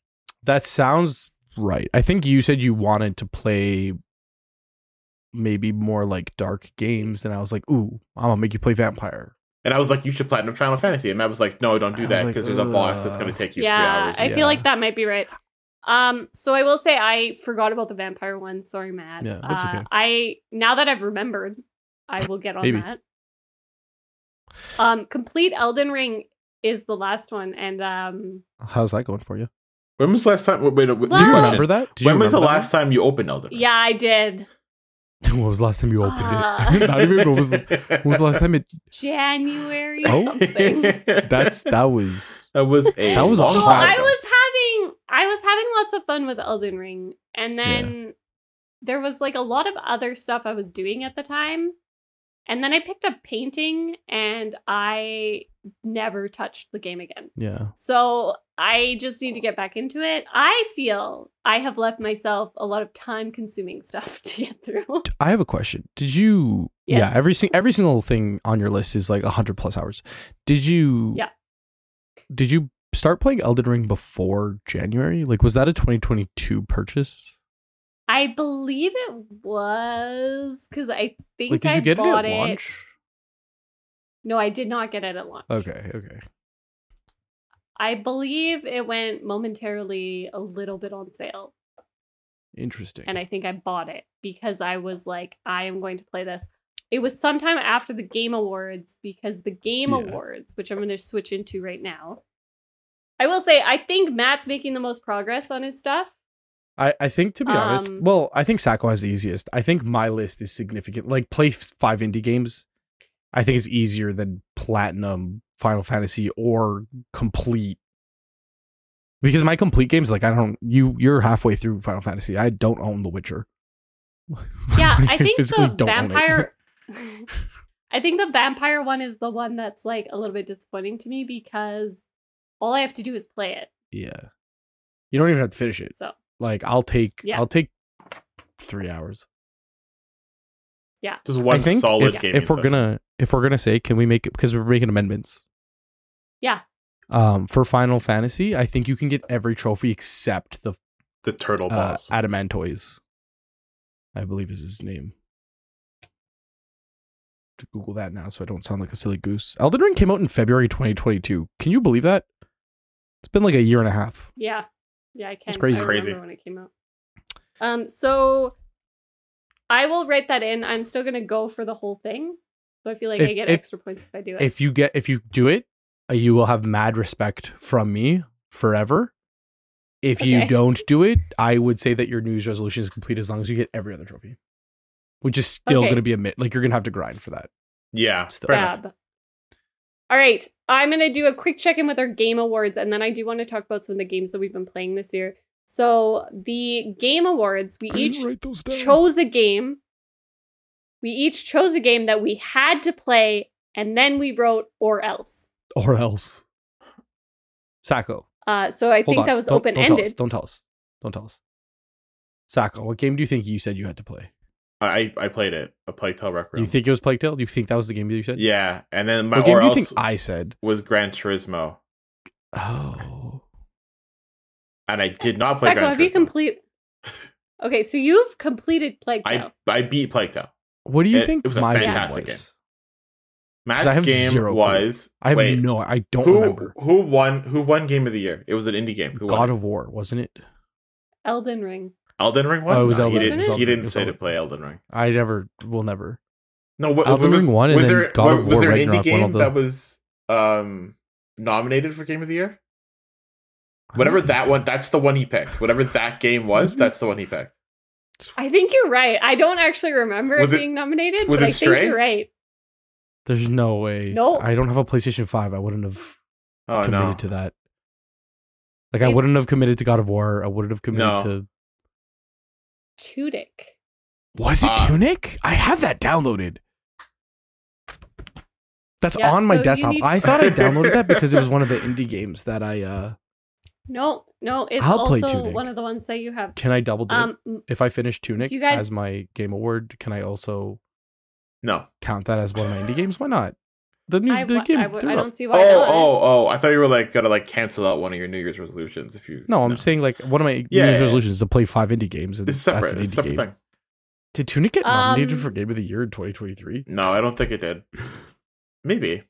S4: That sounds right. I think you said you wanted to play maybe more like dark games, and I was like, "Ooh, I'm gonna make you play vampire."
S3: And I was like, you should platinum Final Fantasy, and Matt was like, no, don't
S4: I
S3: do
S4: was
S3: that
S4: like,
S3: because there's a boss that's going
S4: ugh.
S3: to take you
S2: yeah,
S3: three
S2: I
S3: hours.
S4: Yeah.
S2: feel like that might be right. Um, so I will say I forgot about the vampire one. Sorry, Matt.
S4: Yeah, that's
S2: Uh,
S4: okay.
S2: I now that I've remembered, I will get on
S4: Maybe.
S2: that. Um, complete Elden Ring is the last one, and um,
S4: How's that going for you?
S3: When was the last time? Wait, wait, wait
S2: Well-
S4: Do you
S2: Well-
S4: remember that? Did you
S3: when was the
S4: remember that
S3: last time you opened Elden Ring?
S2: yeah, I did
S4: one? when was the last time you opened
S2: Ah.
S4: it? Not even when was, when was the last time it?
S2: January
S4: Oh.
S2: something.
S4: That's that was.
S3: that was a
S4: That was a
S3: long
S2: so
S4: time
S2: I
S3: ago.
S2: was having I was having lots of fun with Elden Ring, and then there was like a lot of other stuff I was doing at the time, and then I picked up painting, and I never touched the game again.
S4: Yeah.
S2: So I just need to get back into it. I feel I have left myself a lot of time consuming stuff to get through.
S4: I have a question. Did you? Yeah.
S2: Yes.
S4: Every sing, every single thing on your list is like hundred plus hours. Did you?
S2: Yeah.
S4: Did you start playing Elden Ring before January? Like, was that a 2022 purchase?
S2: I believe it was because I think
S4: Like, did
S2: I
S4: you get it
S2: bought
S4: at launch?
S2: No, I did not get it at launch.
S4: Okay. Okay.
S2: I believe it went momentarily a little bit on sale.
S4: Interesting.
S2: And I think I bought it because I was like, I am going to play this. It was sometime after the Game Awards because the Game
S4: Yeah.
S2: Awards, which I'm going to switch into right now. I will say, I think Matt's making the most progress on his stuff.
S4: I, I think to be honest,
S2: Um,
S4: well, I think Sacco has the easiest. I think my list is significant. Like play f- five indie games, I think is easier than platinum Final Fantasy or complete. Because my complete games, like I don't you you're halfway through Final Fantasy. I don't own The Witcher.
S2: Yeah, I
S4: Like,
S2: think
S4: physically
S2: the
S4: don't own it.
S2: vampire. I think the vampire one is the one that's like a little bit disappointing to me because all I have to do is play it.
S4: Yeah. You don't even have to finish it.
S2: So
S4: Like I'll take
S2: Yeah.
S4: I'll take three hours.
S3: Just one
S4: I think
S3: solid
S4: if,
S3: game.
S4: if we're gonna if we're gonna say can we make it because we're making amendments.
S2: Yeah.
S4: Um, for Final Fantasy, I think you can get every trophy except the
S3: the turtle
S4: uh,
S3: balls.
S4: Adamantoys. I believe is his name. To Google that now, so I don't sound like a silly goose. Elden Ring came out in February 2022. Can you believe that? It's been like a year and a half.
S2: yeah, yeah, I can.
S4: It's crazy.
S2: I
S3: Crazy.
S2: remember when it came out. Um, so I will write that in. I'm still gonna go for the whole thing, so I feel like I
S4: If-
S2: get
S4: if-
S2: extra points if I do it.
S4: If you get if you do it, uh, you will have mad respect from me forever. If you
S2: Okay.
S4: don't do it, I would say that your New Year's resolution is complete as long as you get every other trophy, which is still
S2: Okay.
S4: going to be a mi Like you're going to have to grind for that.
S3: yeah,
S4: Still.
S3: fair enough.
S2: Fab. All right. I'm going to do a quick check in with our game awards, and then I do want to talk about some of the games that we've been playing this year. So, the game awards, we
S1: I didn't
S2: each
S1: write those down.
S2: chose a game. We each chose a game that we had to play, and then we wrote or else.
S4: Or else, Sacco.
S2: Uh, so, I think that was
S4: Don't- don't
S2: open
S4: tell us.
S2: ended.
S4: Don't tell us. Don't tell us. Sacco, what game do you think you said you had to play?
S3: I I played it. I played Tell Rec
S4: Do you
S3: Room.
S4: think it was Plague Tale? Do you think that was the game that you said?
S3: Yeah, and then my
S4: What game
S3: or
S4: do you
S3: else
S4: think I said?
S3: was Gran Turismo,
S4: Oh.
S3: and I did not play.
S2: Sacco,
S3: Gran
S2: have you
S3: Turismo.
S2: complete? Okay, so you've completed Plague
S3: I
S2: Tale.
S3: I beat Plague Tale.
S4: What do you
S3: It-
S4: think
S3: it was a
S4: my
S3: fantastic
S4: game was?
S3: game. Matt's
S4: I have zero
S3: game
S4: clue.
S3: was.
S4: I have
S3: wait,
S4: no. I don't
S3: who
S4: remember.
S3: who won who won game of the year? It was an indie game. Who
S4: God
S3: won?
S4: of War, wasn't it?
S2: Elden Ring.
S3: Elden Ring won.
S4: Oh, it was
S3: No,
S2: Elden
S3: he
S2: Ring.
S3: didn't.
S2: Wasn't it?
S3: He
S4: It
S3: didn't
S4: was
S3: say to
S4: Elden-
S3: play Elden Ring.
S4: I never will never.
S3: No, what,
S4: Elden
S3: was,
S4: Ring won, and
S3: was
S4: then
S3: there
S4: God
S3: wa-
S4: of
S3: was
S4: War
S3: there an indie
S4: Ragnarok won all
S3: game
S4: the-
S3: that was um nominated for game of the year?
S4: I don't
S3: Whatever
S4: think
S3: that
S4: so.
S3: one, that's the one he picked. Whatever that game was,
S4: Mhm.
S3: that's the one he picked.
S2: I think you're right. I don't actually remember
S3: Was
S2: it
S3: it-
S2: being nominated,
S3: was
S2: but I
S3: it
S2: think
S3: Stray?
S2: you're right.
S4: There's no way.
S2: No.
S4: I don't have a PlayStation Five. I wouldn't have
S3: Oh
S4: committed
S3: no,
S4: to that. Like I wouldn't have
S2: It's-
S4: committed to God of War. I wouldn't have committed
S3: No.
S4: to.
S2: Tudic.
S4: Was it
S3: Uh,
S4: Tunic? I have that downloaded. That's
S2: Yeah,
S4: on my
S2: so you
S4: desktop.
S2: need-
S4: I thought I downloaded that because it was one of the indie games that I. uh
S2: No, no, it's
S4: I'll play
S2: also
S4: Tunic.
S2: one of the ones that you have.
S4: Can I double dip?
S2: Um, m-
S4: if I finish Tunic
S2: do you guys-
S4: as my game award, can I also
S3: no.
S4: count that as one of my indie games? Why not? The new
S2: I,
S4: the
S2: wa-
S4: game.
S2: I, wa-
S4: threw
S2: I
S4: it up.
S2: don't see
S3: Oh
S2: why not.
S3: oh oh! I thought you were like gonna like cancel out one of your New Year's resolutions if you.
S4: No, I'm saying like one of my New
S3: Yeah,
S4: Year's
S3: yeah, yeah.
S4: resolutions is to play five indie games. And
S3: it's
S4: That's
S3: separate.
S4: an
S3: It's a
S4: indie
S3: separate
S4: game.
S3: thing.
S4: Did Tunic get nominated
S2: Um,
S4: for Game of the Year in 2023?
S3: No, I don't think it did. Maybe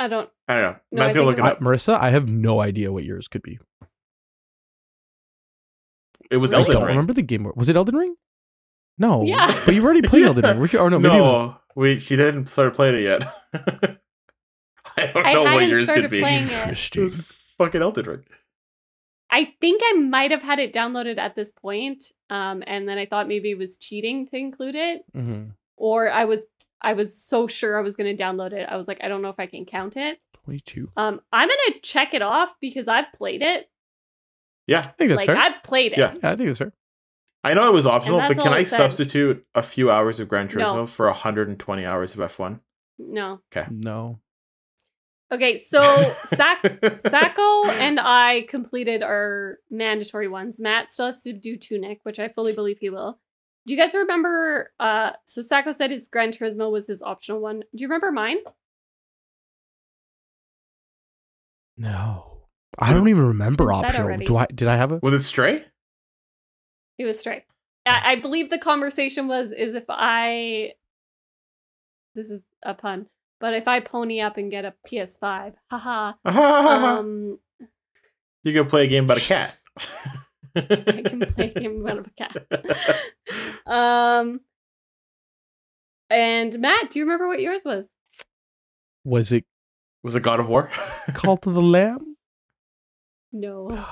S2: I don't.
S3: I don't know.
S2: No,
S3: Matt's
S2: I
S3: gonna
S2: think
S3: look it
S2: it
S4: I,
S3: up.
S2: was-
S4: Marissa, I have no idea what yours could be.
S3: It was
S2: I
S4: I
S3: Elden
S4: don't
S3: Ring.
S4: remember the game. Was it Elden Ring? No.
S2: Yeah.
S4: But you already played Elden
S3: Yeah.
S4: Ring. Were you, or no,
S3: No,
S4: maybe it was-
S3: we she didn't start playing it yet. I don't
S2: I
S3: know what
S2: hadn't
S3: yours could
S2: started
S3: be.
S2: playing it.
S3: It
S4: Interesting.
S3: was fucking Elden Ring.
S2: I think I might have had it downloaded at this point, um, and then I thought maybe it was cheating to include it,
S4: Mhm.
S2: or I was I was so sure I was going to download it. I was like, I don't know if I can count it.
S4: 22.
S2: Um, I'm gonna check it off because I've played it.
S3: Yeah,
S4: I think that's
S2: like
S4: fair. I,
S2: I've played it.
S3: Yeah.
S4: yeah, I think that's fair.
S3: I know it was optional,
S2: that's
S3: but can
S2: all
S3: I
S2: it said.
S3: substitute a few hours of Gran Turismo
S2: No.
S3: for 120 hours of F1?
S2: No.
S4: No.
S2: Okay, so Sac Sacco and I completed our mandatory ones. Matt still has to do Tunic, which I fully believe he will. Do you guys remember? Uh, so Sacco said his Gran Turismo was his optional one. Do you remember mine?
S4: No. I don't even remember
S2: Said
S4: optional.
S2: already.
S4: Do I? Did I have a?
S3: was it Stray?
S2: It was Stray. I, I believe the conversation was is if I. This is a pun, but if I pony up and get a PS5, haha. Um,
S3: you can play a game about a cat.
S2: I can play him out of a cat. um, and Matt, do you remember what yours was?
S4: Was it
S3: Was it God of War?
S4: Call to the Lamb?
S2: No.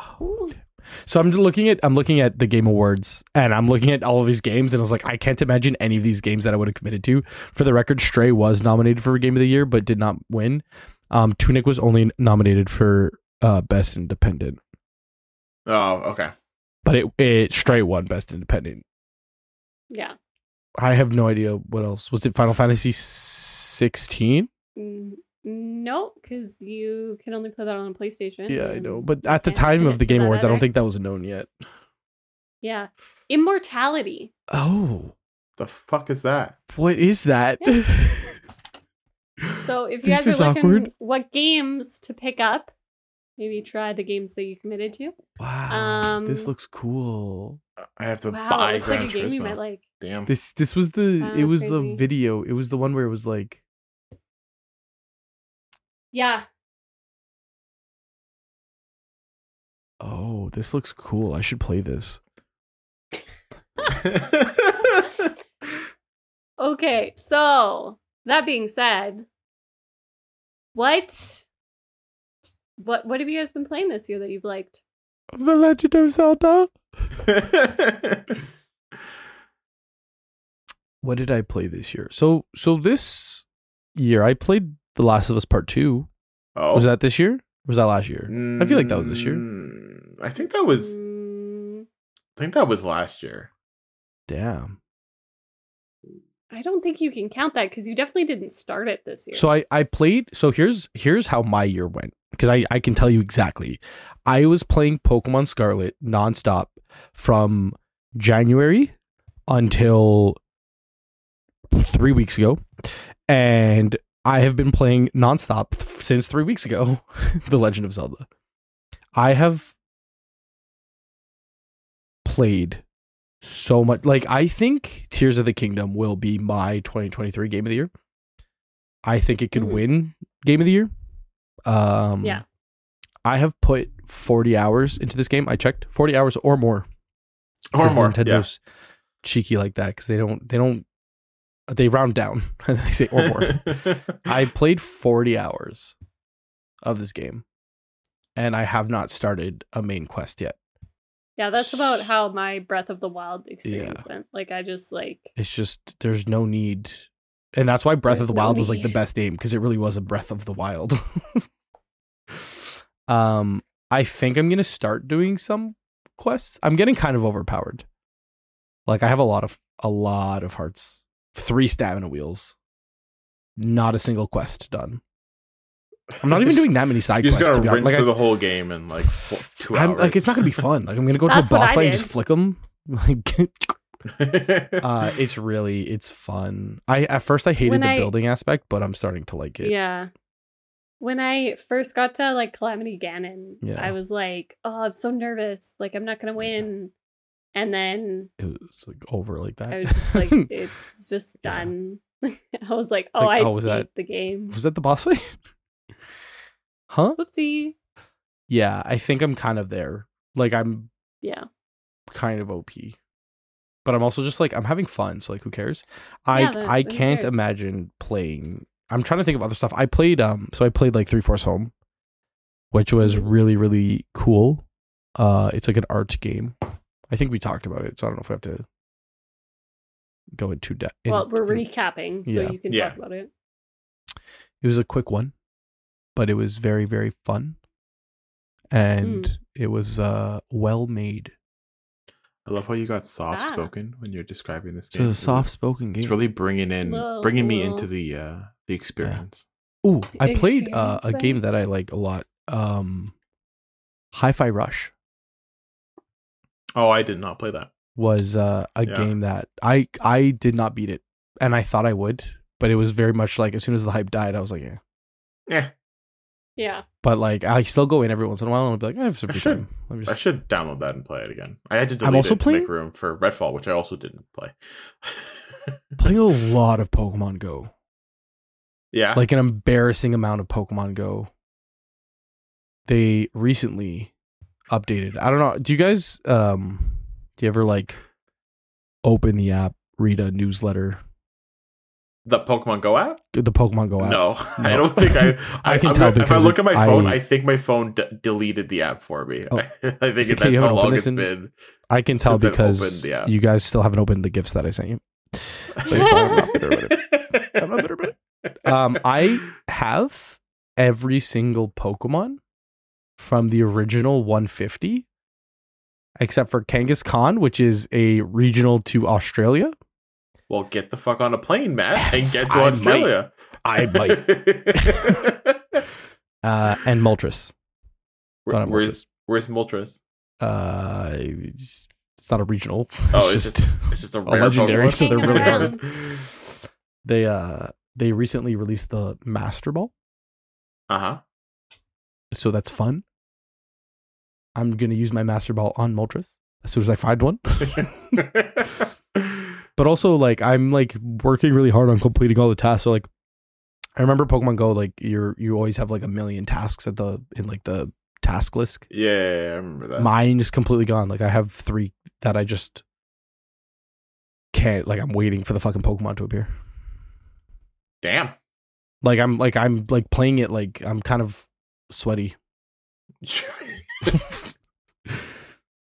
S4: So I'm looking at I'm looking at the Game Awards and I'm looking at all of these games and I was like, I can't imagine any of these games that I would have committed to. For the record, Stray was nominated for Game of the Year but did not win. Um, Tunic was only nominated for uh, Best Independent,
S3: oh, okay.
S4: but it, it Stray won Best Independent.
S2: Yeah.
S4: I have no idea what else was it. Final Fantasy 16.
S2: Mm, No, because you can only play that on a PlayStation.
S4: Yeah, I
S2: and-
S4: know. But at the
S2: Yeah, we
S4: time
S2: can
S4: of the
S2: get to
S4: Game
S2: that
S4: Awards, I don't
S2: later.
S4: think that was known yet.
S2: Yeah. Immortality.
S4: Oh,
S3: The fuck is that?
S4: what is that?
S2: So if you
S1: This
S2: guys
S1: is
S2: are looking
S1: awkward.
S2: what games to pick up, maybe try the games that you committed to.
S4: wow, this
S2: Um,
S4: looks cool.
S3: I have to
S2: Wow,
S3: buy
S2: looks like a
S3: Gran
S2: game you
S3: Turismo.
S2: might like.
S3: Damn.
S4: This this was the
S2: Wow,
S4: it was the
S2: crazy.
S4: video. It was the one where it was like
S2: Yeah.
S4: Oh, this looks cool. I should play this.
S2: Okay, so that being said, what what what have you guys been playing this year that you've liked?
S1: The Legend of Zelda.
S4: What did I play this year? So so this year I played The Last of Us Part 2.
S3: oh.
S4: Was that this year? Or was that last year? I feel like that was this year.
S3: Mm, I think that was.
S2: Mm,
S3: I think that was last year.
S4: Damn.
S2: I don't think you can count that because you definitely didn't start it this year.
S4: So I I played so here's here's how my year went because I I can tell you exactly. I was playing Pokemon Scarlet nonstop from January until 3 weeks ago and I have been playing nonstop f- since 3 weeks ago The Legend of Zelda. I have played so much like I think Tears of the Kingdom will be my 2023 game of the year. I think it could
S2: Mhm.
S4: win game of the year. Um
S2: Yeah.
S4: I have put 40 hours into this game. I checked 40 hours or more.
S3: Or
S4: 'cause
S3: more. Yeah.
S4: Nintendo's cheeky like that because they don't they don't they round down and they say or more. I played 40 hours of this game and I have not started a main quest yet.
S2: yeah, that's about how my Breath of the Wild experience went. Like I just like
S4: It's just there's no need. And that's why Breath
S2: There's
S4: of the
S2: no
S4: Wild was like the
S2: need.
S4: best game because it really was a Breath of the Wild. um I think I'm going to start doing some quests. I'm getting kind of overpowered. Like I have a lot of a lot of hearts. 3 stamina wheels. Not a single quest done. I'm not even doing that many side
S3: You just
S4: quests.
S3: gotta
S4: to be honest.
S3: rinse
S4: Like, I
S3: through the whole game in like four, two
S4: I'm,
S3: hours.
S4: Like it's not gonna be fun. Like I'm gonna go to a
S2: That's
S4: boss
S2: what I
S4: fight and
S2: did.
S4: just flick them. Like, uh,
S3: uh,
S4: it's really it's fun. I at first I hated
S2: When
S4: the
S2: I-
S4: building aspect, but I'm starting to like it.
S2: Yeah. When I first got to like Calamity Ganon,
S4: Yeah.
S2: I was like, "Oh, I'm so nervous. Like I'm not gonna win." And then
S4: It was like over like that.
S2: I was just like, "It's just
S4: Yeah.
S2: done." I was like, "Oh,
S4: like,
S2: I
S4: oh, was
S2: beat
S4: that-
S2: the game."
S4: was that the boss fight? huh?
S2: Whoopsie.
S4: Yeah, I think I'm kind of there. Like I'm
S2: Yeah.
S4: kind of OP. But I'm also just like I'm having fun, so like who cares? I
S2: Yeah, then-
S4: I
S2: then who
S4: can't
S2: cares?
S4: imagine playing I'm trying to think of other stuff. I played um so I played like Three Force Home, which was
S2: Mhm.
S4: really, really cool. Uh it's like an art game. I think we talked about it, so I don't know if we have to go into depth.
S2: well, we're recapping, so
S4: yeah.
S2: you can
S3: Yeah.
S2: talk about it.
S4: it was a quick one, but it was very, very fun. And
S2: Mm.
S4: it was uh well made.
S3: I love how you got soft spoken when you're describing this game.
S4: So soft spoken game.
S3: It's really bringing in,
S2: Little-
S3: bringing me
S2: little-
S3: into the uh the experience.
S4: Ooh, I played uh,
S2: experience
S4: a
S2: that.
S4: game that I like a lot. Um, Hi-Fi Rush
S3: Oh, I did not play that.
S4: was uh, a
S3: Yeah.
S4: game that I I did not beat it, and I thought I would, but it was very much like as soon as the hype died, I was like, yeah.
S3: Yeah,
S2: Yeah.
S4: But like I still go in every once in a while and I'll be like, I have some
S3: I
S4: free
S3: should.
S4: time. Let me
S3: I
S4: just
S3: should download that and play it again. I had to delete
S4: also
S3: it to
S4: playing-
S3: make room for Redfall, which I also didn't play.
S4: playing a lot of Pokemon Go,
S3: yeah,
S4: like an embarrassing amount of Pokemon Go. They recently updated. I don't know. Do you guys um do you ever like open the app, read a newsletter?
S3: the Pokemon Go app.
S4: the Pokemon Go app.
S3: No, I
S4: No.
S3: don't think I. I,
S4: I can
S3: I'm
S4: tell
S3: not- if I
S4: because
S3: look at my
S4: I-
S3: phone, I, think my phone d- deleted the app for me.
S4: Oh.
S3: I think
S4: So
S3: that's
S4: you haven't
S3: how
S4: opened
S3: long
S4: this
S3: it's
S4: in-
S3: been.
S4: I can tell
S3: Since I've
S4: because
S3: opened the app.
S4: you guys still haven't opened the gifts that I sent you.
S2: I'm not
S4: bitter about I'm not bitter about it. Um, I have every single Pokemon from the original 150, except for Kangaskhan, which is a regional to Australia,
S3: Well, get the fuck on a plane, Matt, and get to
S4: I might.
S3: Australia.
S4: I might. Uh, and Moltres.
S3: Where-
S4: Thought it
S3: where's where's Moltres?
S4: Uh, it's it's not a regional.
S3: Oh, it's just, it's just a rare
S4: legendary,
S3: Pokemon.
S4: so
S2: they're really hard.
S4: they uh they recently released the Master Ball,
S3: Uh huh.
S4: so that's fun. I'm gonna use my Master Ball on Moltres as soon as I find one. but also like I'm like working really hard on completing all the tasks. So like I remember Pokemon Go, like you're you always have like a million tasks at the in like the task list.
S3: yeah, yeah, yeah, I remember that.
S4: Mine is completely gone. Like I have three that I just can't like I'm waiting for the fucking Pokemon to appear.
S3: Damn.
S4: Like I'm like I'm like playing it like I'm kind of sweaty.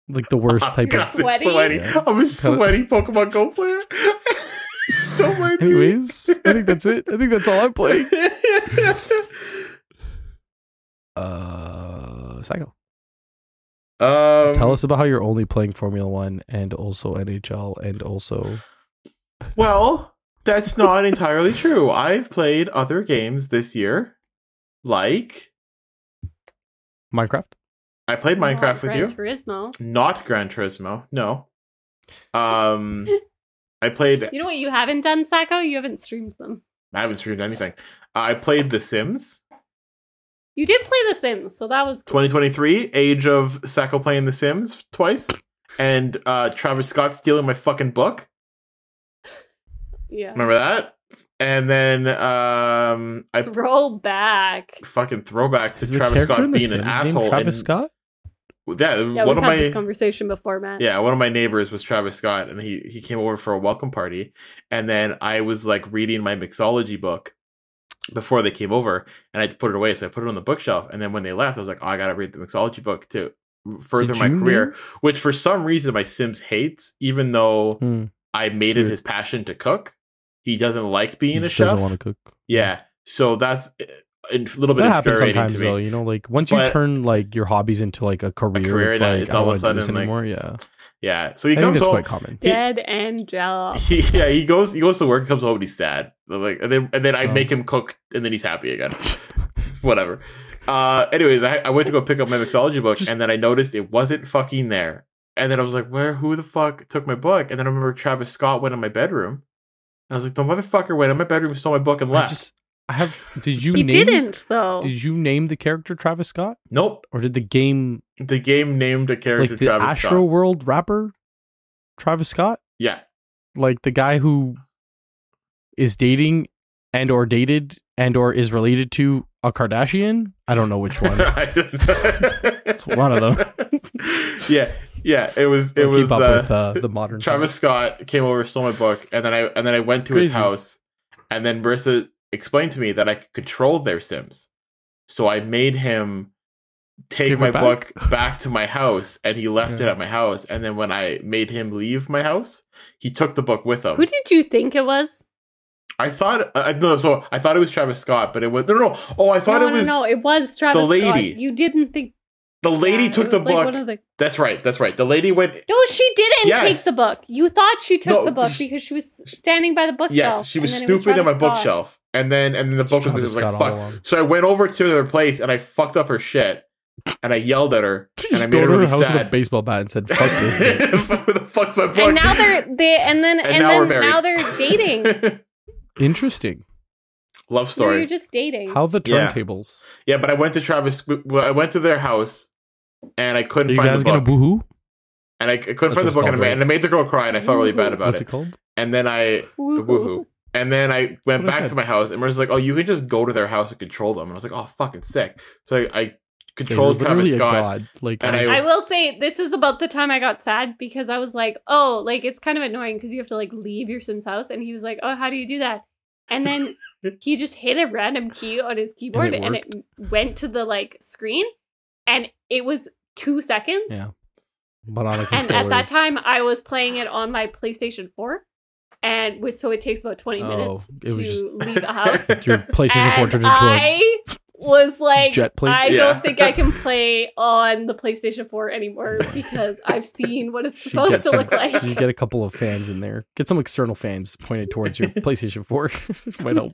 S4: Like the worst type
S3: God,
S4: of
S3: I'm
S2: Sweaty?
S3: sweaty.
S4: Yeah.
S3: I'm a sweaty Pokemon Go player. Don't mind me.
S4: Anyways, I think that's it. I think that's all I'm playing. Uh Psycho.
S3: um,
S4: Tell us about how you're only playing Formula One and also NHL and also
S3: Well, that's not entirely true. I've played other games this year, like
S4: Minecraft.
S3: I played Minecraft with you.
S2: Turismo.
S3: Not Gran Turismo. No. Um, I played.
S2: You know what you haven't done, Sacco? You haven't streamed them.
S3: I haven't streamed anything. I played The Sims
S2: You did play The Sims, so that was cool.
S3: 2023, Age of Sacco playing The Sims twice, and uh, Travis Scott stealing my fucking book.
S2: Yeah.
S3: Remember that? And then um, I
S2: Let's roll back.
S3: fucking throwback to
S4: Is the
S3: Travis
S4: character
S3: Scott
S4: in The
S3: being an
S4: Sims named
S3: asshole.
S4: Travis
S3: and-
S4: Scott?
S3: Yeah,
S2: Yeah,
S3: one
S2: we've
S3: of
S2: had this
S3: my
S2: conversation before, Matt.
S3: yeah one of my neighbors was Travis Scott, and he he came over for a welcome party, and then I was like reading my mixology book before they came over, and I had to put it away, so I put it on the bookshelf, and then when they left, I was like, oh, I gotta read the mixology book to further
S4: Did
S3: my
S4: you
S3: career, which for some reason my Sims hates, even though
S4: Hmm.
S3: I made it
S4: Dude.
S3: his passion to cook. He doesn't like being
S4: He
S3: a
S4: just
S3: chef.
S4: doesn't want to cook.
S3: Yeah, so that's uh, a little bit
S4: That happens
S3: infuriating
S4: sometimes
S3: to me.
S4: though, you know, like once
S3: But-
S4: you turn like your hobbies into like a career,
S3: career,
S4: it's
S3: yeah,
S4: like
S3: it's
S4: I
S3: all
S4: don't
S3: of a
S4: want to do this
S3: sudden, like,
S4: anymore. Yeah.
S3: Yeah, so he
S4: I think
S3: comes
S4: that's
S3: home.
S4: quite common.
S3: Yeah.
S2: Dead and jealous.
S3: He, yeah, he goes. He goes to work, comes home, and he's sad. Like, and then, and then I
S4: Oh.
S3: make him cook, and then he's happy again. Whatever. Uh, anyways, I, I went to go pick up my mixology book,
S4: Just-
S3: and then I noticed it wasn't fucking there. And then I was like, "Where? Who the fuck took my book?" And then I remember Travis Scott went in my bedroom. And I was like, "The motherfucker went in my bedroom, stole my book, and
S4: I
S3: left."
S4: just I have did you
S2: He
S4: name
S2: didn't, though.
S4: did you name the character Travis Scott?
S3: Nope.
S4: Or did the game
S3: The game named a character
S4: like the
S3: Travis
S4: Astro
S3: Scott.
S4: World rapper Travis Scott?
S3: Yeah,
S4: like the guy who is dating and or dated and or is related to a Kardashian. I don't know which one. Like,
S3: I don't know.
S4: It's one of
S3: them. yeah, yeah. It was. It was.
S4: keep up
S3: uh,
S4: with uh, the modern
S3: Travis Scott came over, stole my book, and then I and then I went to his
S4: Crazy.
S3: house, and then Marissa explained to me that I could control their Sims, so I made him take
S4: Give it
S3: my
S4: back?
S3: book back to my house, and he left it
S4: Yeah.
S3: at my house. And then when I made him leave my house, he took the book with him.
S2: Who did you think it was?
S3: I thought uh, I no, so I thought it was Travis Scott, but it was no, no. no. Oh, I thought
S2: no,
S3: it was
S2: no, no, it was Travis
S3: lady.
S2: Scott. You didn't think
S3: the lady
S2: that.
S3: took
S2: It
S3: the
S2: was, like,
S3: book.
S2: one of the-
S3: That's right. That's right. The lady went.
S2: No, she didn't
S3: Yes.
S2: take the book. You thought she took
S3: No,
S2: the book
S3: sh-
S2: because she was standing by the bookshelf.
S3: Yes, she was
S2: and then it
S3: snooping at my
S2: Travis Scott.
S3: bookshelf, and then and then the book was, was like, "Fuck,
S4: along.
S3: So I went over to their place and I fucked up her shit and I yelled at her and I made her really
S4: house with a
S3: sad.
S4: baseball bat and said, "Fuck this." bitch."
S3: Fuck the fuck's my book?
S2: And now they're they and then
S3: And
S2: and,
S3: now we're
S2: then
S3: married.
S2: now they're dating. No,
S4: Interesting.
S3: Love story.
S2: you're just dating.
S4: How the
S3: Yeah.
S4: turntables?
S3: yeah, but I went to Travis. well, I went to their house and I couldn't
S4: Are you
S3: find
S4: guys
S3: the
S4: gonna
S3: book.
S4: woohoo?
S3: and I, I couldn't
S4: That's
S3: find the
S4: what's
S3: book, and I,
S4: called,
S3: made,
S4: right?
S3: and I made the girl cry, and I felt really bad about
S4: What's
S3: it.
S4: it called?
S3: And then I woohoo, and then I went
S4: what I
S3: back
S4: said.
S3: to my house, and was like, "Oh, you can just go to their house and control them." And I was like, "Oh, fucking sick." So I, I
S4: They're
S3: controlled Travis
S4: literally a
S3: Scott.
S4: god. Like
S3: and
S4: I,
S3: I-
S2: I will say this is about the time I got sad because I was like, oh, like it's kind of annoying because you have to like leave your Sims house, and he was like, oh, how do you do that? And then he just hit a random key on his keyboard,
S4: it
S2: and it, went to the like screen, and it was two seconds.
S4: Yeah, but on a
S2: And at
S4: controller,
S2: that
S4: it's-
S2: time, I was playing it on my PlayStation Four, and was, so it takes about twenty
S4: Oh,
S2: minutes
S4: it was
S2: to
S4: just-
S2: leave a house.
S4: your PlayStation
S2: and
S4: Four turned into
S2: I
S4: a
S2: was like,
S4: Jet plane?
S2: I
S3: Yeah.
S2: don't think I can play on the PlayStation 4 anymore because I've seen what it's
S4: She
S2: supposed
S4: gets
S2: to look
S3: it.
S2: like.
S4: You get a couple of fans in there. Get some external fans pointed towards your PlayStation 4. Might help.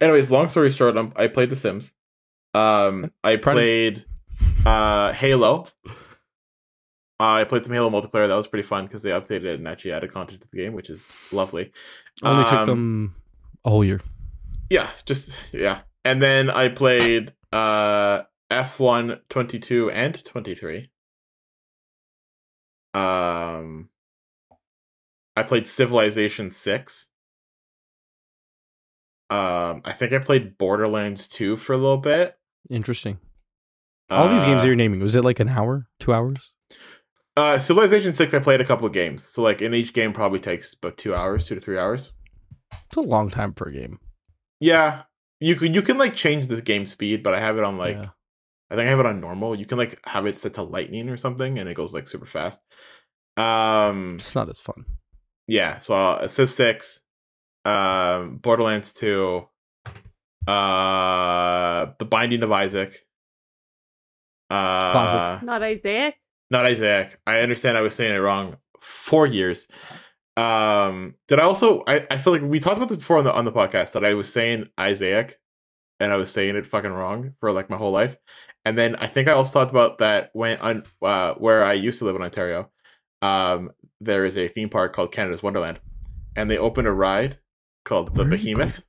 S3: Anyways, long story short, um, I played The Sims. Um, I
S4: Pardon?
S3: played uh, Halo. Uh, I played some Halo multiplayer. That was pretty fun because they updated it and actually added content to the game, which is lovely.
S4: Only took
S3: Um,
S4: them a whole year.
S3: Yeah, just yeah. And then I played uh, F1 22 and 23. Um, I played Civilization 6. Um, I think I played Borderlands 2 for a little bit.
S4: Interesting. All these games
S3: Uh,
S4: that you're naming, was it like an hour, two hours?
S3: Uh, Civilization Six, I played a couple of games, so like in each game probably takes about two hours, two to three hours.
S4: It's a long time for a game.
S3: Yeah, you could you can like change the game speed, but I have it on like
S4: Yeah.
S3: I think I have it on normal. You can like have it set to lightning or something, and it goes like super fast. Um,
S4: It's not as fun.
S3: yeah. So uh, Civ Six, um, Borderlands Two, uh, The Binding of Isaac. Uh,
S4: Classic.
S2: Not Isaiah.
S3: not Isaac. I understand I was saying it wrong. Four years. Um, did I also? I, I feel like we talked about this before on the on the podcast that I was saying Isaac, and I was saying it fucking wrong for like my whole life. And then I think I also talked about that when on uh, where I used to live in Ontario. Um, there is a theme park called Canada's Wonderland, and they opened a ride called the
S4: Where are you
S3: Behemoth,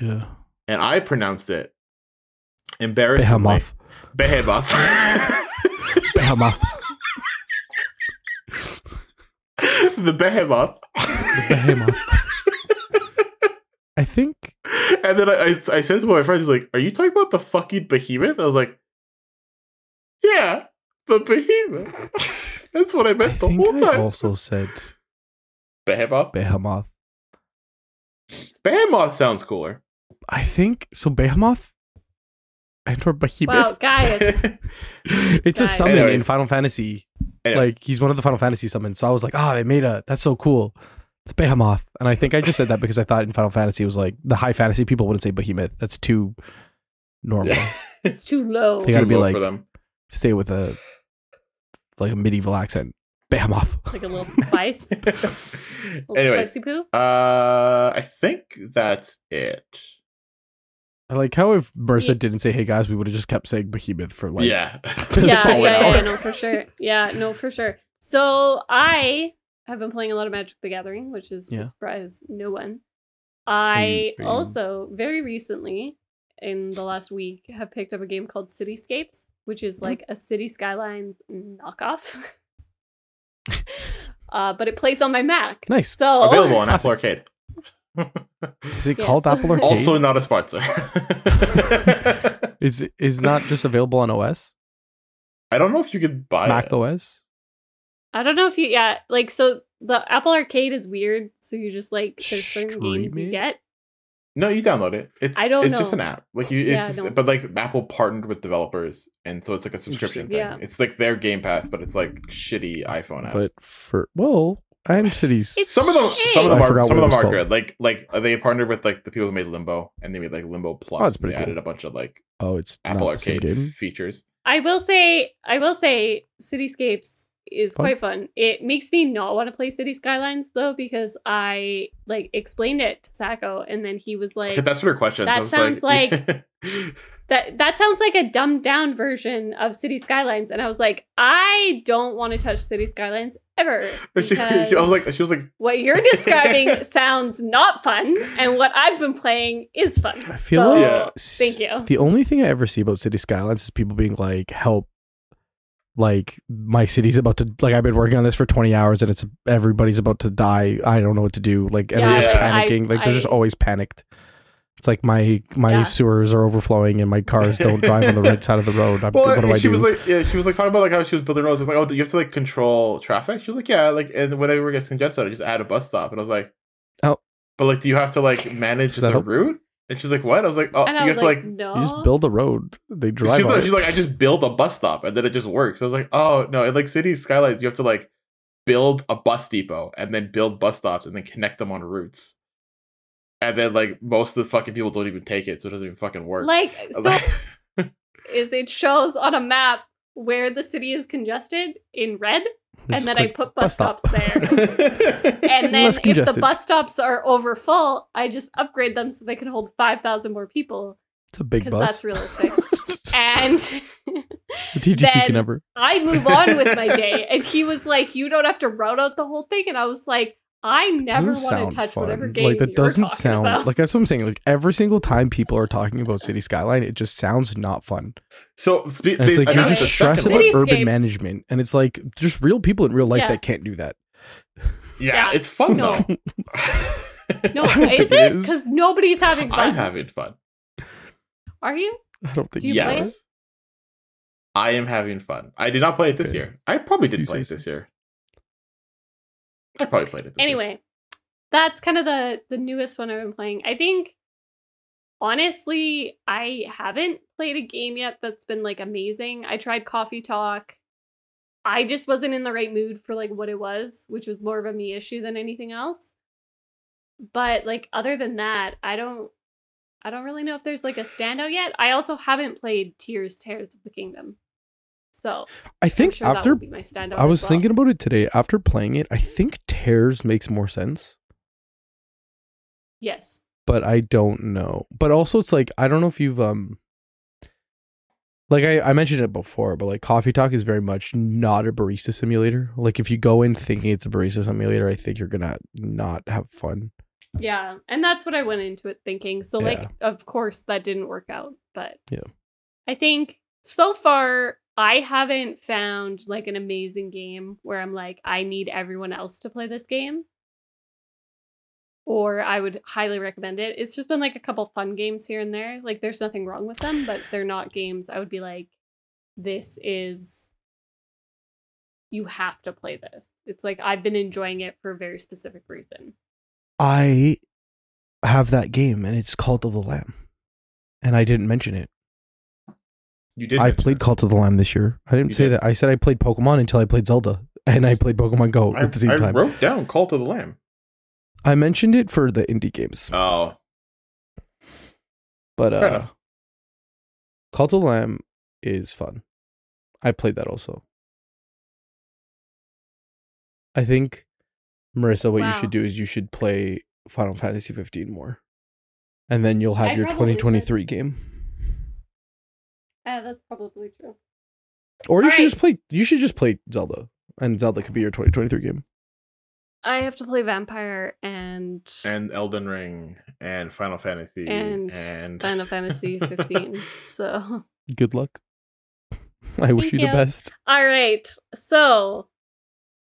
S4: Yeah.
S3: and I pronounced it
S4: Behemoth.
S3: embarrassingly Behemoth.
S4: Behemoth.
S3: the Behemoth.
S4: Behemoth. I think
S3: And then I, I, I said to my friend, he's like, Are you talking about the fucking behemoth? I was like, Yeah, the behemoth. That's what I
S4: I
S3: meant the
S4: think
S3: whole
S4: I
S3: time.
S4: also said
S3: Behemoth?
S4: Behemoth.
S3: Behemoth sounds cooler.
S4: I think so. Behemoth and or Behemoth.
S2: Wow, guys.
S4: it's a
S2: Guys.
S4: summon in
S3: Anyways.
S4: Final Fantasy.
S3: Anyways,
S4: Like he's one of the Final Fantasy summons. So I was like, oh, they made a that's so cool. It's Behemoth, and I think I just said that because I thought in Final Fantasy it was like the high fantasy people wouldn't say Behemoth. That's too normal.
S3: yeah,
S2: It's too low.
S4: They
S3: too
S4: gotta be
S3: low
S4: like-
S3: for them.
S4: Stay with a like a medieval accent. Behemoth.
S2: Like a little spice. A little
S3: Anyways,
S2: spicy poo.
S3: uh, I think that's it.
S4: I like how if Mercer
S2: Yeah.
S4: didn't say, "Hey guys," we would have just kept saying Behemoth for like
S3: yeah.
S4: a
S2: Yeah, yeah,
S4: solid
S2: yeah,
S4: hour.
S2: yeah, no, for sure. Yeah, no, for sure. So I have been playing a lot of Magic the Gathering, which is
S4: Yeah.
S2: to surprise no one. I
S4: Hey, hey.
S2: also very recently, in the last week, have picked up a game called Cityscapes, which
S4: Mm.
S2: is like a City Skylines knockoff. uh, but it plays on my Mac.
S4: Nice.
S2: So
S3: Available on Apple
S4: Classic.
S3: Arcade.
S4: Is it
S2: Yes.
S4: called Apple Arcade?
S3: also, not a sponsor. I
S4: is is not just available on OS,
S3: don't know if you could
S2: Uh,
S3: buy
S4: Mac
S3: it.
S4: OS.
S2: I don't know if you yeah, like so the Apple Arcade is weird, so you just like there's certain games
S4: Stream
S2: you
S4: it?
S2: get.
S3: No, you download it. It's
S2: I don't
S3: it's just
S2: know.
S3: an app. Like you it's
S2: Yeah, I
S3: just
S2: don't-
S3: but like Apple partnered with developers and so it's like a subscription thing.
S2: Interesting. Yeah.
S3: It's like their Game Pass, but it's like shitty iPhone apps.
S4: But for well, and cities.
S2: It's
S3: some of them some of
S4: I
S3: them are
S4: forgot
S3: some
S4: what
S3: of them
S4: it was
S3: are
S4: called.
S3: good. Like like uh, they partnered with like the people who made Limbo and they made like Limbo Plus.
S4: Oh, that's
S3: they
S4: pretty
S3: added
S4: cool.
S3: a bunch of like
S4: Oh, it's
S3: Apple
S4: not the same
S3: Arcade
S4: game.
S3: features.
S2: I will say I will say Cityscapes is
S4: Fun.
S2: quite fun. It makes me not want to play City Skylines though because I like explained it to Sacco and then he was like
S3: Okay, that's what her question.
S2: that
S3: I was
S2: sounds
S3: like,
S2: that that sounds like a dumbed down version of City Skylines and I was like I don't want to touch City Skylines ever
S3: she,
S2: because
S3: she- I was like she was like
S2: what you're describing sounds not fun and what I've been playing is fun.
S4: I feel
S2: So,
S4: like
S3: Yeah.
S4: s-
S2: Thank you.
S4: The only thing I ever see about City Skylines is people being like, "Help!" Like my city's about to like I've been working on this for twenty hours and it's everybody's about to die. I don't know what to do. Like and they're
S3: Yeah,
S4: just
S2: I-
S4: panicking. like they're
S2: I-
S4: just always panicked. It's like my my
S2: Yeah.
S4: sewers are overflowing and my cars don't drive on the right side of the road. I'm,
S3: well,
S4: what do I
S3: she
S4: do?
S3: was like, yeah, she was like talking about like how she was building roads. I was like, oh, do you have to like control traffic? She was like, yeah, like, and whenever it gets congested, I just add a bus stop. And I was like,
S4: Oh.
S3: but like, do you have to like manage
S4: Does that
S3: the
S4: help?
S3: route? And she's like, what? I was like, oh,
S2: and
S3: you
S2: I
S3: have
S2: was
S3: to
S2: like,
S3: like.
S2: no.
S4: you just build a road. They drive.
S3: She's
S4: on
S3: like,
S4: it.
S3: she's like, I just build a bus stop and then it just works. I was like, oh no! In like city skylines, you have to like build a bus depot and then build bus stops and then connect them on routes. and then like most of the fucking people don't even take it, so it doesn't even fucking work.
S2: Like so is it shows on a map where the city is congested in red and then I put bus, stops there. And then if
S4: Less
S2: the
S4: congested.
S2: bus stops are over full, I just upgrade them so they can hold 5,000 more people
S4: It's a big
S2: because
S4: bus.
S2: that's realistic. and
S1: The TGC
S2: Then-
S1: can never.
S2: I move on with my day. And he was like, You don't have to route out the whole thing. And I was like, I never
S4: Doesn't
S2: want
S4: sound
S2: to touch
S4: fun.
S2: whatever game
S4: like that
S2: you're
S4: doesn't
S2: talking
S4: sound
S2: about.
S4: like that's what I'm saying. Like every single time people are talking about City Skyline, it just sounds not fun.
S3: so spe-
S4: And it's
S3: they
S4: like you're
S3: announced
S4: just
S3: the
S4: stressed
S3: second
S4: about
S3: one.
S2: Cityscapes.
S4: urban management, and it's like just real people in real life
S2: Yeah.
S4: that can't do that.
S3: Yeah,
S2: Yeah.
S3: it's fun
S2: No.
S3: though.
S2: no,
S4: I don't
S2: is
S4: think it
S2: it?
S4: is.
S2: Because nobody's having
S3: I'm
S2: fun.
S3: having fun.
S2: Are you?
S4: I don't think
S2: Do you
S4: yeah.
S2: play
S3: yes. I am having fun. I did not play it this
S4: Okay.
S3: year. I probably did
S4: You
S3: play it
S4: say
S3: this year. I probably played it this year.
S2: Anyway, that's kind of the the newest one I've been playing. I think honestly, I haven't played a game yet that's been like amazing. I tried Coffee Talk. I just wasn't in the right mood for like what it was, which was more of a me issue than anything else. But like other than that, I don't I don't really know if there's like a standout yet. I also haven't played Tears Tears of the Kingdom. So
S4: I
S2: I'm
S4: think
S2: sure that
S4: after
S2: will be my standout.
S4: I
S2: as
S4: was
S2: well.
S4: thinking about it today. After playing it, I think Tears makes more sense.
S2: Yes.
S4: but I don't know. But also, it's like I don't know if you've um, like I, I mentioned it before, but like Coffee Talk is very much not a barista simulator. Like if you go in thinking it's a barista simulator, I think you're gonna not have fun.
S2: Yeah, and that's what I went into it thinking. So
S4: Yeah.
S2: like of course that didn't work out, but
S4: Yeah.
S2: I think so far I haven't found like an amazing game where I'm like I need everyone else to play this game. Or I would highly recommend it. It's just been like a couple fun games here and there. Like there's nothing wrong with them, but they're not games I would be like this is you have to play this. It's like I've been enjoying it for a very specific reason.
S4: I have that game, and it's Cult of the Lamb, and I didn't mention it.
S3: You did
S4: I
S3: mention
S4: played
S3: it.
S4: Cult of the Lamb this year. I didn't
S3: You
S4: say
S3: did.
S4: that. I said I played Pokemon until I played Zelda, and I played Pokemon Go
S3: I,
S4: at the same
S3: I
S4: time.
S3: wrote down Call to the Lamb.
S4: I mentioned it for the indie games.
S3: Oh.
S4: But
S3: Fair
S4: uh,
S3: enough.
S4: Call to Lamb is fun. I played that also. I think, Marissa, what you
S2: Wow.
S4: should do is you should play Final Fantasy 15 more, and then you'll have
S2: I
S4: your
S2: probably
S4: 2023 game.
S2: Uh, that's probably true.
S4: Or you should
S2: Alright.
S4: just play. You should just play Zelda, and Zelda could be your 2023 game.
S2: I have to play vampire and,
S3: And Elden Ring and Final Fantasy
S2: And
S3: and
S2: Final Fantasy 15. So,
S4: Good luck. I wish
S2: Thank
S4: you the
S2: you.
S4: best.
S2: all right. So,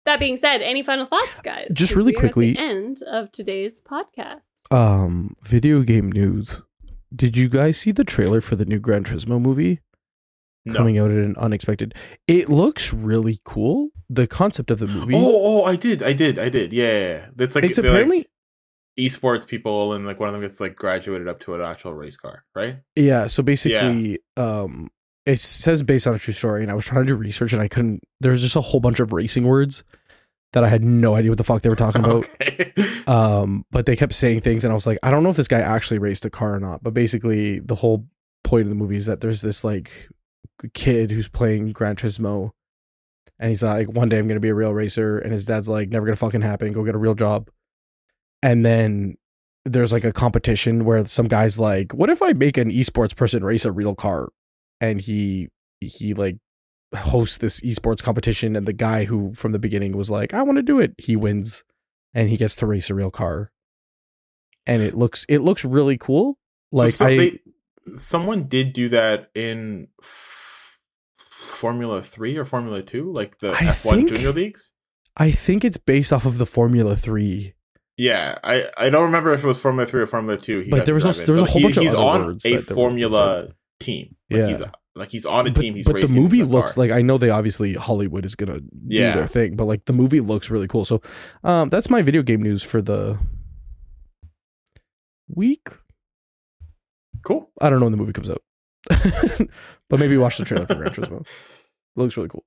S2: that being said, any final thoughts, guys?
S4: Just
S2: 'Cause
S4: really
S2: we are at the
S4: quickly-
S2: end of today's podcast.
S4: Um, video game news. Did you guys see the trailer for the new Gran Turismo movie?
S3: No.
S4: coming out at an unexpected. It looks really cool. The concept of the movie.
S3: Oh, oh, I did, I did, I did. Yeah, yeah, yeah. It's like
S4: it's
S3: they're,
S4: apparently
S3: like esports people, and like one of them gets like graduated up to an actual race car, right?
S4: yeah. So basically, um, it says based on a true story, and I was trying to do research, and I couldn't. There's just a whole bunch of racing words that I had no idea what the fuck they were talking about.
S3: Okay.
S4: Um, but they kept saying things, and I was like, I don't know if this guy actually raced a car or not. But basically, the whole point of the movie is that there's this like kid who's playing Gran Turismo, and he's like, one day I'm gonna be a real racer, and his dad's like, never gonna fucking happen. Go get a real job. And then there's like a competition where some guy's like, what if I make an esports person race a real car? And he he like hosts this esports competition, and the guy who from the beginning was like, I want to do it, he wins and he gets to race a real car. And it looks it looks really cool.
S3: So
S4: Like
S3: some-
S4: I
S3: they- someone did do that in F- Formula Three or Formula Two, like the
S4: I
S3: F one
S4: think-
S3: junior leagues.
S4: I think it's based off of the Formula 3.
S3: Yeah, I, I don't remember if it was Formula Three or Formula Two. He
S4: But
S3: got
S4: there was
S3: to
S4: also-
S3: drive
S4: there
S3: in,
S4: was a
S3: but
S4: whole bunch of
S3: he's
S4: other
S3: on
S4: words that
S3: a
S4: they were
S3: Formula team. Like
S4: Yeah.
S3: he's like he's on a
S4: But,
S3: team. He's
S4: but the
S3: racing
S4: movie
S3: car.
S4: looks like I know they obviously Hollywood is gonna
S3: Yeah.
S4: do their thing, but like the movie looks really cool. So um that's my video game news for the week.
S3: cool.
S4: I don't know when the movie comes out. but maybe watch the trailer for Gran Turismo. Looks really cool.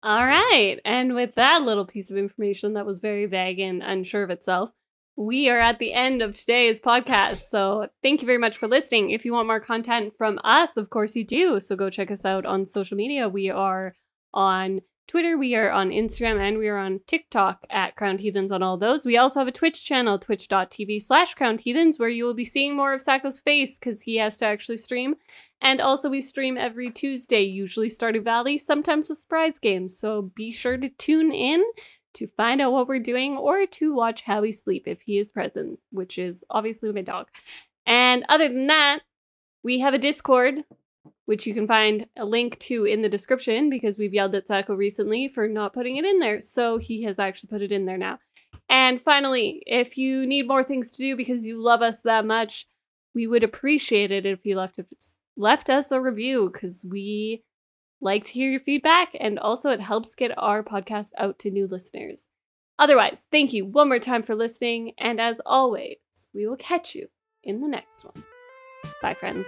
S2: All right. And with that little piece of information that was very vague and unsure of itself, we are at the end of today's podcast. So thank you very much for listening. If you want more content from us, of course you do. So go check us out on social media. We are on Twitter, we are on Instagram, and we are on TikTok at Crowned Heathens on all those. We also have a Twitch channel, twitch.tv slash Crowned Heathens, where you will be seeing more of Sacco's face because he has to actually stream. And also, we stream every Tuesday, usually Stardew Valley, sometimes with surprise games. So be sure to tune in to find out what we're doing or to watch how we sleep if he is present, which is obviously my dog. And other than that, we have a Discord, which you can find a link to in the description because we've yelled at Sacco recently for not putting it in there. So he has actually put it in there now. And finally, if you need more things to do because you love us that much, we would appreciate it if you left us, left us a review because we like to hear your feedback, and also it helps get our podcast out to new listeners. Otherwise, thank you one more time for listening, and as always, we will catch you in the next one. Bye, friends.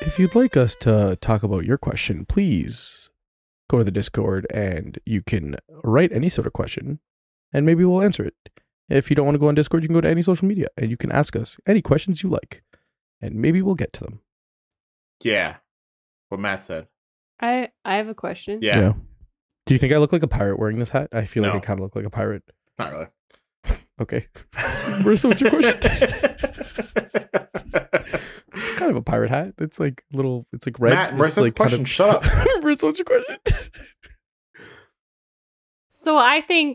S4: If you'd like us to talk about your question, please go to the Discord and you can write any sort of question and maybe we'll answer it. If you don't want to go on Discord, you can go to any social media and you can ask us any questions you like and maybe we'll get to them.
S3: Yeah. What Matt said.
S2: I I have a question.
S3: Yeah.
S4: Do you think I look like a pirate wearing this hat? I feel like
S3: No.
S4: I kind of look like a pirate.
S3: Not really.
S4: Okay. Marissa, what's your question? It's kind of a pirate hat. It's like little, it's like red.
S3: Matt,
S4: It's
S3: Marissa's
S4: like
S3: question. Shut up.
S4: Marissa, what's your question?
S2: So I think